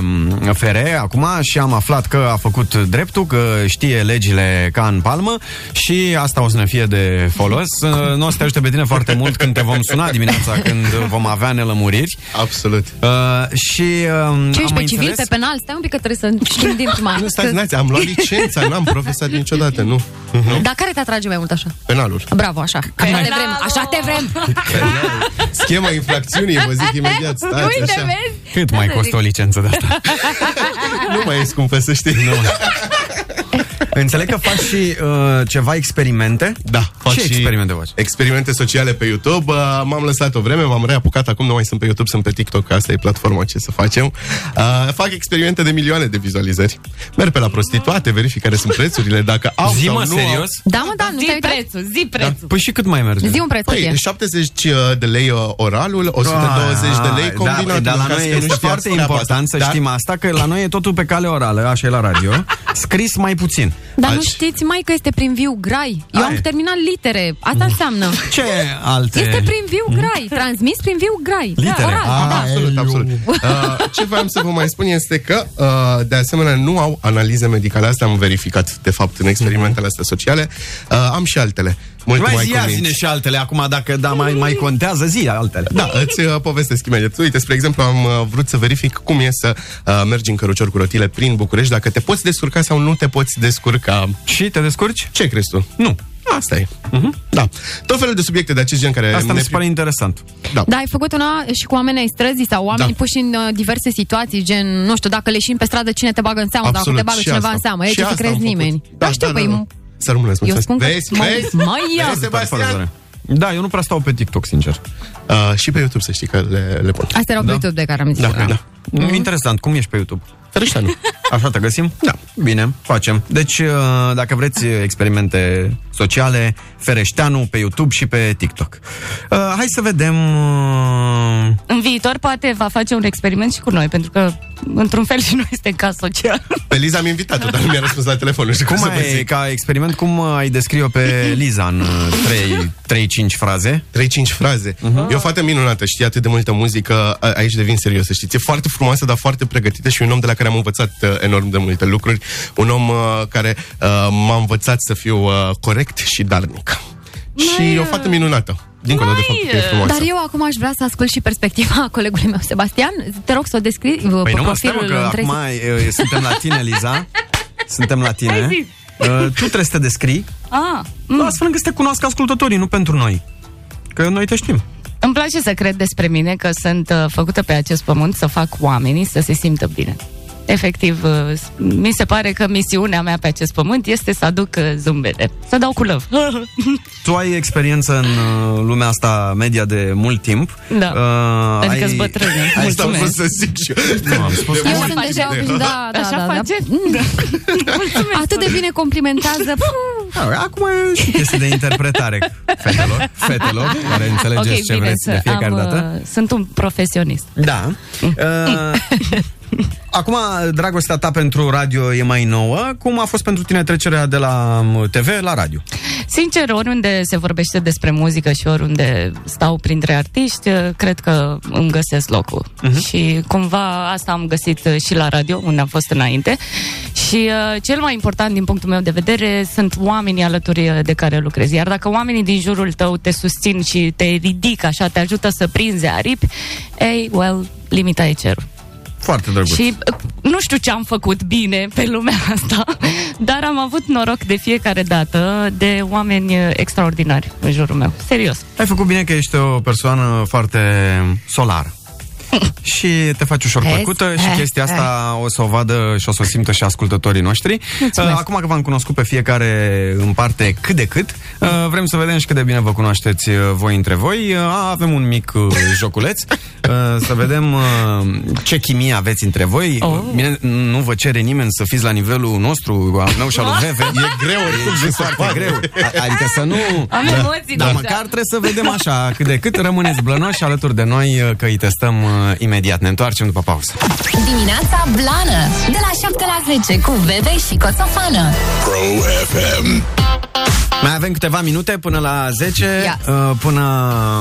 S3: mm, Fere acum și am aflat că a făcut dreptul, că știe legile ca în palmă și asta o să ne fie de folos. Nu o să te ajute pe tine foarte mult când te vom suna dimineața, când vom avea nelămuriri.
S19: Absolut.
S3: Uh, și uh, am
S4: Ce ești pe
S3: mai
S4: civil,
S3: înțeles-
S4: pe penal? Stai un pic că trebuie să gândim prima.
S19: Nu, stați, nați, am luat licența, n-am profesat niciodată, nu. nu.
S4: Dar care te atrage mai mult așa?
S19: Penalul.
S4: Bravo, așa. Așa te vrem, așa te vrem.
S19: Penalul. Schema infracțiunii, vă zic imediat, stați
S4: Uite,
S19: așa.
S4: vezi?
S3: Cât mai costă o licență de asta?
S19: Nu mai e scumpă, să știi. Nu.
S3: Înțeleg că faci și uh, ceva experimente.
S19: Da, fac
S3: Ce
S19: și
S3: experimente faci?
S19: Experimente sociale pe YouTube. Uh, M-am lăsat o vreme, m-am reapucat acum, nu mai sunt pe YouTube, sunt pe TikTok, că asta e platforma ce să facem. Uh, fac experimente de milioane de vizualizări. Merg pe la prostituate, verific care sunt prețurile, dacă au
S3: Zi,
S19: sau
S3: mă,
S19: nu
S3: serios?
S4: Da, mă, da, nu
S20: Zi
S4: te-ai uitat?
S20: prețul, zi
S19: Au...
S20: prețul.
S19: Da.
S3: Păi și cât mai merge?
S4: Zi un preț cât e.
S19: Păi, 70 de lei uh, oralul, 120 de lei combinat.
S3: Da, dar la
S19: ca să
S3: noi
S19: că nu
S3: este
S19: știați
S3: foarte
S19: treaba
S3: important
S19: asta. Da?
S3: să știm asta, că la noi e totul pe cale orală, așa e la radio, scris mai puțin.
S4: Dar nu
S19: Azi.
S4: știți mai că este prin viu grai? Eu am
S3: Ai.
S4: terminat litere. Asta înseamnă.
S3: Ce alte...
S4: Este prin viu grai. Transmis prin viu grai.
S3: Litere.
S4: Da, oral,
S3: Ah,
S4: da.
S19: Absolut, absolut. Uh, ce voiam să vă mai spun este că, uh, de asemenea, nu au analize medicale. Asta am verificat, de fapt, în experimentele astea sociale. Uh, am și altele. Mult
S3: Mai,
S19: mai,
S3: zi ia zine
S19: convins.
S3: și altele acum, dacă da, mai, mai contează, zi altele.
S19: Da, îți uh, povestesc imediat. Uite, spre exemplu, am uh, vrut să verific cum e să uh, mergi în cărucior cu rotile prin București, dacă te poți descurca sau nu te poți descurca.
S3: Și te descurci?
S19: Ce crezi tu?
S3: Nu.
S19: Asta e. Uh-huh. Da. Tot felul de subiecte de acest gen care
S3: Asta mi
S19: ne
S3: se pare interesant.
S19: Da.
S4: Da, ai făcut una și cu oameni ai străzii sau oameni
S19: Da.
S4: puși în uh, diverse situații, gen, nu știu, dacă leșin pe stradă, cine te bagă în seamă, dacă
S19: Absolut,
S4: te bagă
S19: și
S4: cineva
S19: asta.
S4: în seamă, ei
S19: Și
S4: ce să
S19: asta
S4: crezi
S19: am făcut.
S4: nimeni.
S19: Da,
S4: da, știu,
S19: da,
S4: păi,
S19: da, da. Să rămână,
S4: eu spun că...
S19: Vezi,
S4: Mă-
S19: vezi?
S4: Mă ia!
S19: Vezi, Sebastian?
S3: Da, eu nu prea stau pe TikTok, sincer.
S19: Uh, și pe YouTube să știi că le, le pun.
S4: Astea erau pe
S3: Da.
S4: YouTube de care am zis.
S19: Da, da. da.
S3: Interesant, cum ești pe YouTube?
S19: Tărâșanu.
S3: Așa te găsim?
S19: Da.
S3: Bine, facem. Deci, uh, dacă vreți uh, experimente sociale, Fereșteanu pe YouTube și pe TikTok. Uh, Hai să vedem... uh,
S20: În viitor poate va face un experiment și cu noi, pentru că într-un fel și noi suntem ca social.
S19: Pe Liza am invitat-o, dar nu mi-a răspuns la telefon. Nu știu cum,
S3: Cum
S19: să vă
S3: ai,
S19: zic.
S3: ca experiment, cum uh, ai descrie-o pe Liza în uh, 3-5 fraze?
S19: 3-5 fraze. Uh-huh. E o fată minunată, știe atât de multă muzică, a- aici devin serios, să știți. E foarte frumoasă, dar foarte pregătită și un om de la care am învățat uh, enorm de multe lucruri. Un om uh, care uh, m-a învățat să fiu uh, corect și darnic. Și o fată minunată. Dincolo de faptul că e frumoasă.
S4: uh, Dar eu acum aș vrea să ascult și perspectiva colegului meu, Sebastian. Te rog să o descrii vă,
S3: Păi nu mă stai, mă,
S4: profilul
S3: că
S4: în trei
S3: acum uh, suntem la tine, Liza. Suntem la tine. Uh, Tu trebuie să te descrii,
S20: Ah,
S4: Hmm.
S3: mm. astfel încât să te cunoască ascultătorii, nu pentru noi. Că noi te știm.
S20: îmi place să cred despre mine că sunt uh, făcută pe acest pământ să fac oamenii să se simtă bine. Efectiv, uh, s- mi se pare că misiunea mea pe acest pământ este să aduc uh, zâmbete, să dau cu lăv.
S3: Tu ai experiență în uh, lumea asta media de mult timp.
S20: Da.
S3: Uh,
S20: Pentru că-s bătrână.
S19: Asta am
S20: Mulțumesc.
S19: vrut să zic și eu.
S3: Nu, am spus.
S4: Eu
S20: Așa
S4: sunt
S20: face.
S4: deja obișnuit, da, da,
S20: Așa
S4: da, da.
S20: face?
S4: Mm. Atât de bine complimentează. Puh.
S3: Ah, Acum e și chestie de interpretare fetelor, fetelor care înțelegeți ce vreți de fiecare
S20: am, uh,
S3: dată.
S20: Sunt un profesionist.
S3: Da. Uh, Acum, dragostea ta pentru radio e mai nouă. Cum a fost pentru tine trecerea de la um, TV la radio?
S20: Sincer, oriunde se vorbește despre muzică și oriunde stau printre artiști, cred că îmi găsesc locul.
S3: Mhm.
S20: Uh-huh. Și cumva asta am găsit uh, și la radio, unde am fost înainte. Și uh, cel mai important din punctul meu de vedere sunt oamenii alături uh, de care lucrezi. Iar dacă oamenii din jurul tău te susțin și te ridică așa, te ajută să prinzi aripi, ei, well, limita e cerul.
S3: Foarte drăguț.
S20: Și uh, nu știu ce am făcut bine pe lumea asta, dar am avut noroc de fiecare dată de oameni extraordinari în jurul meu. Serios.
S3: Ai făcut bine că ești o persoană foarte solară. și te faci ușor Vezi? plăcută și chestia asta o să o vadă și o să o simtă și ascultătorii noștri. Mulțumesc. Acum că v-am cunoscut pe fiecare în parte cât de cât, uh, vrem să vedem și cât de bine vă cunoașteți uh, voi între voi. Uh, Avem un mic uh, joculeț, să vedem uh, ce chimie aveți între voi. Oh. Bine, nu vă cere nimeni să fiți la nivelul nostru, al meu și al lui Veve.
S19: E greu,
S3: e, e foarte greu. Adică să nu...
S20: Am emoții,
S3: da. Dar măcar trebuie să vedem așa, cât de cât rămâneți blănoși alături de noi, că îi testăm uh, imediat. Ne întoarcem după pauză.
S1: Dimineața Blană, de la 7 la 10 cu Bebe și Coțofană.
S21: Pro FM.
S3: Mai avem câteva minute până la 10, yes. până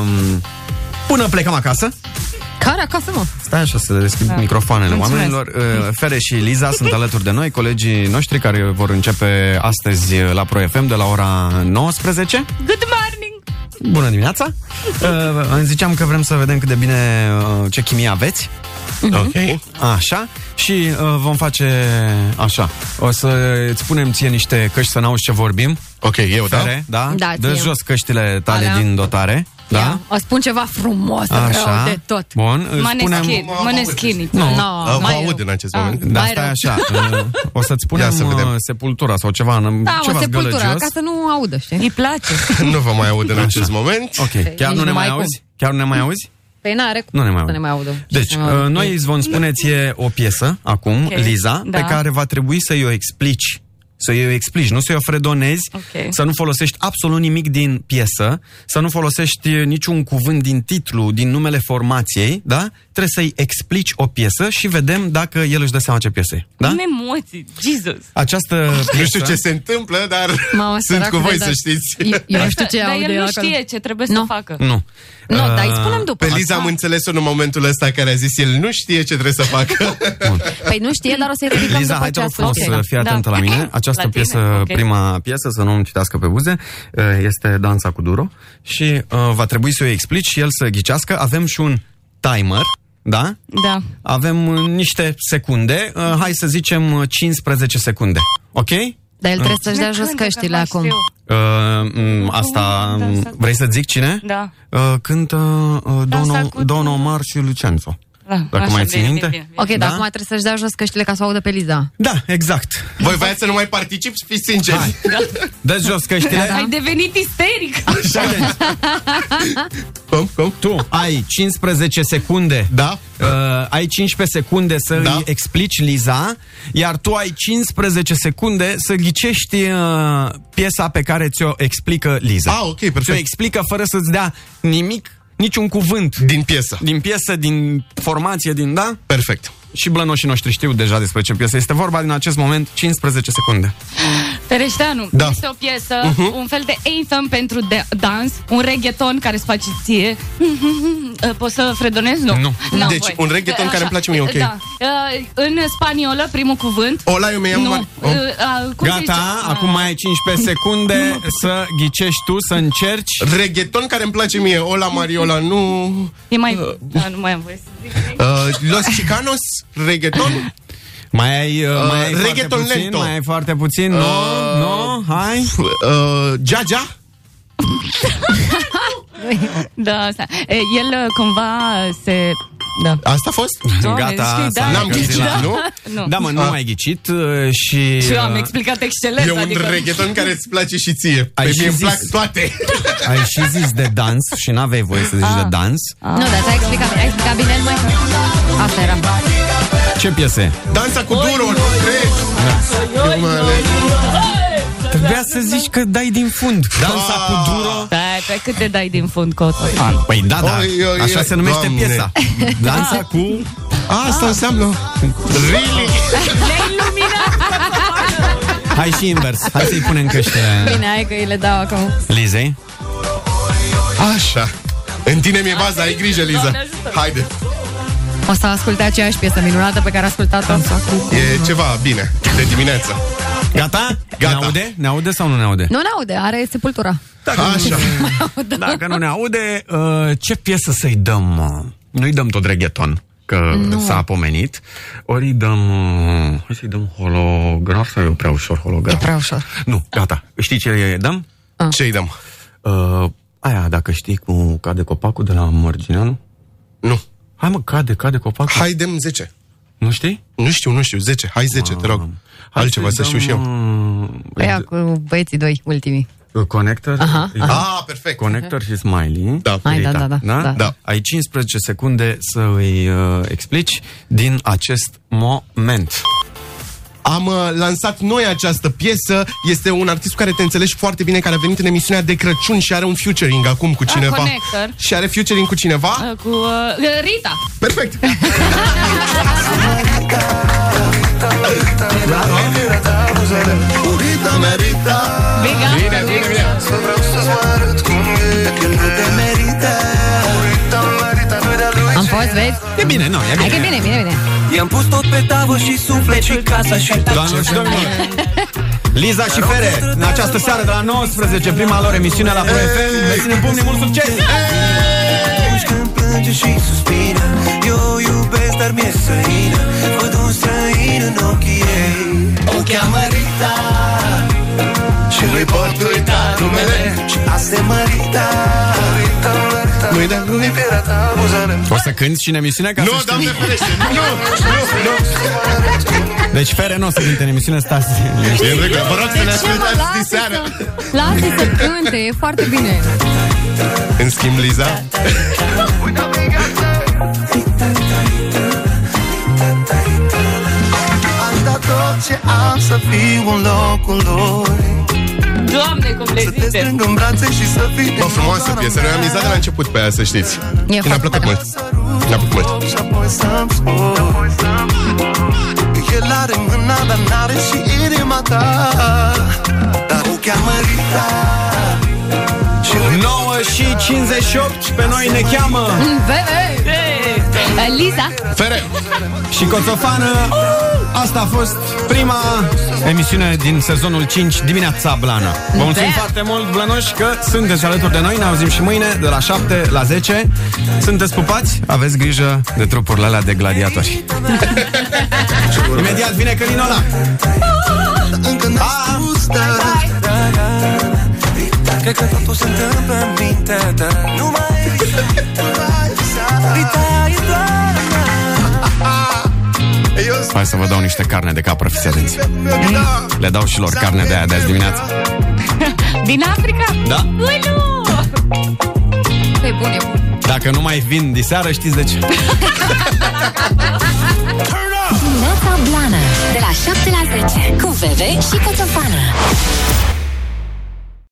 S3: um, până plecăm acasă.
S4: Care acasă, mă?
S3: Stai așa să deschid da. microfoanele Mulțumesc. oamenilor. Uh, Fere și Liza sunt alături de noi, colegii noștri care vor începe astăzi la Pro FM de la ora 19.
S20: Good morning!
S3: Bună dimineața! Uh, ziceam că vrem să vedem cât de bine uh, ce chimie aveți.
S19: Ok.
S3: Așa. Și uh, vom face așa. O să îți punem ție niște căști să n-auzi ce vorbim.
S19: Ok, eu,
S3: Fere, da? Da, da Dă jos căștile tale Alea. din dotare. Da? Yeah.
S4: O spun ceva frumos, așa. de tot.
S3: Bun, îți
S20: Maneschin,
S3: spunem...
S20: Maneschin.
S3: Nu, no,
S19: vă aud în acest moment.
S3: Da, stai așa. o să-ți punem să vedem. sepultura sau ceva. În,
S4: da,
S3: ceva
S4: o sepultura, ca să nu audă, știi? Îi
S20: place.
S19: nu vă mai aud în acest moment.
S3: Ok, chiar nu ne mai auzi? Chiar nu ne mai auzi?
S4: Păi n-are cum
S3: nu ne mai
S4: aud. să ne mai audă.
S3: Deci, mai audă. noi îți vom spune ție o piesă, acum, okay. Liza, da. pe care va trebui să-i o explici să-i o explici, nu să-i o fredonezi, okay. să nu folosești absolut nimic din piesă, să nu folosești uh, niciun cuvânt din titlu, din numele formației, da? Trebuie să-i explici o piesă și vedem dacă el își dă seama ce piesă e. Da?
S20: În emoții, Jesus!
S3: Această piesă...
S19: Nu știu ce se întâmplă, dar Mama, sunt cu voi, să știți.
S4: Eu, eu nu știu ce
S20: Dar
S4: el
S20: nu știe ce trebuie
S4: nu.
S20: să facă.
S3: Nu.
S4: Nu, uh, dar îi spunem după.
S19: Pe Liza am înțeles-o în momentul ăsta care a zis el nu știe ce trebuie să facă.
S4: Bun. Păi nu știe, dar o să-i ridicăm
S3: Liza,
S4: după
S3: hai
S4: ce a
S3: fost să fii atentă da. la mine. Această la piesă, okay. prima piesă, să nu-mi citească pe buze, eh, este Danța cu Duro și uh, va trebui să o explici și el să ghicească. Avem și un timer. Da?
S20: Da.
S3: Avem uh, niște secunde, uh, hai să zicem 15 secunde, ok? Eh,
S4: Dar el trebuie
S5: da
S4: să-și dea jos căștile acum.
S3: Uh, asta, Dansa vrei să zic cine?
S20: Da.
S3: Uh, cântă uh, Don, cu... Don Omar și Lucenzo. Da, Dacă mai ții minte? Bine,
S4: bine. Ok, da? dar acum trebuie să-și dea jos căștile ca să o audă pe Liza.
S3: Da, exact.
S19: Voi voiați să nu mai particip? Fiți sinceri. Hai. Da.
S3: dă jos căștile. Da, da.
S20: Ai devenit isteric.
S3: Așa
S19: Cum, cum?
S3: Tu ai 15 secunde.
S19: Da.
S3: Uh, ai 15 secunde să da. îi explici Liza, iar tu ai 15 secunde să ghicești uh, piesa pe care ți-o explică Liza.
S19: Ah, ok, perfect.
S3: Ți-o explică fără să-ți dea nimic niciun cuvânt.
S19: Din piesă.
S3: Din piesă, din formație, din, da?
S19: Perfect.
S3: Și blănoșii noștri știu deja despre ce piesă este vorba din acest moment, 15 secunde. Mhm.
S20: Pereșteanu, da. este o piesă, uh-huh. un fel de anthem pentru de- dans, un reggaeton care îți face ție. Uh-huh. Poți să fredonezi? Nu.
S3: nu.
S19: No, deci, voi. un reggaeton uh, care îmi place mie, ok. Da.
S20: Uh, în spaniolă, primul cuvânt.
S19: Ola, eu mi-am... Mar-
S20: oh. uh, uh,
S3: Gata, zice? acum mai ai 15 secunde să ghicești tu, să încerci.
S19: Reggaeton care îmi place mie. Ola, Mariola, nu...
S20: E mai... Uh, da, nu mai am voie să zic.
S19: Uh, Los Chicanos? reggaeton?
S3: Mai ai, uh, mai ai reggaeton puțin, lento. Mai ai foarte puțin, nu, uh, nu, hai.
S19: Uh, Gia-Gia?
S20: da, asta. El cumva se... Da.
S19: Asta a fost?
S3: Doamne, Gata, știi,
S19: da, n-am ghicit, da. nu?
S3: nu? Da, mă, nu am ai ghicit uh, și...
S20: Și eu am explicat excelent.
S19: E un adică... reggaeton care îți place și ție. Ai pe și mie zis... îmi plac toate.
S3: Ai și zis de dans și n-aveai voie să zici ah. de dans.
S4: Ah. Nu, dar ți-ai explicat, ai explicat bine, mai. Asta era.
S3: Ce piese?
S19: Danța cu duro, nu crezi? Da.
S3: Trebuia să zici că dai din fund. Dansa cu duro.
S20: Da, pe cât te dai din fund, Coțofan?
S3: Păi da, da. Așa se numește
S19: Doamne.
S3: piesa. Dansa
S19: Ah.
S3: cu...
S19: Asta înseamnă... Really?
S20: Ne-ai luminat,
S3: Hai și invers. Hai să-i punem căște.
S4: Bine, hai că îi le dau acum.
S3: Lizei?
S19: Așa. În tine mi-e baza, ai grijă, Liza. Haide.
S4: O să asculte aceeași piesă minunată pe care a ascultat-o.
S19: E ceva bine, de dimineață.
S3: Gata?
S19: Gata.
S3: Ne aude? Ne aude sau nu ne aude?
S4: Nu ne aude, are sepultura.
S3: Dacă, Așa. Nu, dacă nu ne aude, uh, ce piesă să-i dăm? mă? Nu-i dăm tot reggaeton, că
S4: Nu.
S3: s-a apomenit. Ori îi dăm... uh, Hai să-i dăm holograf sau eu prea ușor holograf?
S4: E prea ușor.
S3: Nu, gata. Știi ce îi dăm?
S19: Ce îi dăm?
S3: Uh, aia, dacă știi cu cade copacul de la Mărgineanu?
S19: Nu.
S3: Hai mă, cade, cade copacul.
S19: Hai, dăm 10.
S3: Nu știi?
S19: Nu știu, nu știu. 10. Hai 10, te rog. Altceva să
S3: să-i
S19: știu și
S3: dăm,
S19: eu.
S4: Aia cu băieții doi ultimii.
S3: Uh, Connector.
S4: Aha,
S3: Îi-
S4: aha.
S19: Ah, perfect.
S3: Connector și Smiley. Da.
S4: Hai, da, da, da, da. Da.
S3: Ai 15 secunde să îi uh, explici din acest moment.
S19: Am uh, lansat noi această piesă. Este un artist cu care te înțelegi foarte bine, care a venit în emisiunea de Crăciun și are un featuring acum cu cineva.
S20: Connector.
S19: Și are featuring cu cineva.
S20: Uh, Cu uh, Rita.
S19: Perfect.
S20: Bine,
S19: bine, bine.
S9: Să vreau să-ți mă arăt cum e Când nu te merită Urita, merita, nu de-a lui
S4: Am fost, vezi?
S3: E bine, nu, e
S4: Hai că e bine, bine, bine.
S9: I-am pus tot pe tavă și suflet și casa și
S3: Doamnelor și domnilor, Liza și Fere, în această seară de la 19, prima lor emisiune la Pro FM. Le ținem pumnii, mult succes!
S9: Atunci când plânge și suspină Eu o iubesc, dar mi-e străină Văd un străin în ochii ei O cheamă Rita Și nu-i pot uita numele Și asta e Marita Rita, Marita Nu-i da, nu-i piera ta, buzane
S3: O să cânti și în emisiune? Ca
S19: Nu,
S3: să știm.
S19: doamne ferește, nu, nu, nu.
S3: Deci Fere nu o să cânte în emisiune, stați
S19: E în regulă, vă rog să ne
S4: Ce mă,
S19: ascultați
S4: lasă
S19: diseară.
S4: să- Lasă să cânte, e foarte bine.
S19: În schimb, Liza,
S9: Am dat da tot ce am să fiu în locul lor
S20: Doamne, cum le
S9: Te
S20: zice.
S9: strâng în brațe și să fii din
S19: bă,
S9: nou
S19: frumoasă
S9: doar a
S19: piesă. Noi am mizat de la început pe aia, să știți.
S4: E
S19: Și ne-a
S4: foarte
S19: plăcut mult. Ne-a plăcut mult.
S9: Și apoi să-mi spun El are mâna, dar n-are și inima ta Dar o cheamă Rita
S3: 9 și 58 pe noi ne cheamă
S4: Mm, Vei, vei. Eh, Liza,
S19: Fere!
S3: și Coțofană. Asta a fost prima emisiune din sezonul 5 dimineața Blana. Vă mulțumim
S4: Da.
S3: foarte mult, Blănoși, că sunteți alături de noi. Ne auzim și mâine de la 7 la 10. Sunteți pupați? Aveți grijă de trupurile alea de gladiatori. Imediat vine Călinola.
S9: Încă n-a spus, dar Cred că totul se întâmplă în mintea ta Nu mai ești Rita e doar
S19: Eu
S3: Hai să vă dau niște carne de capră, fiți atenți.
S9: sunt
S3: Le dau și lor carne de aia de azi dimineață.
S20: Din Africa?
S3: Da?
S20: Ui, nu!
S4: e Păi bun, e bun.
S3: Dacă nu mai vin diseară, știți de ce.
S1: Dimineața Blana De la 7 la 10 Cu Veve și Coțofană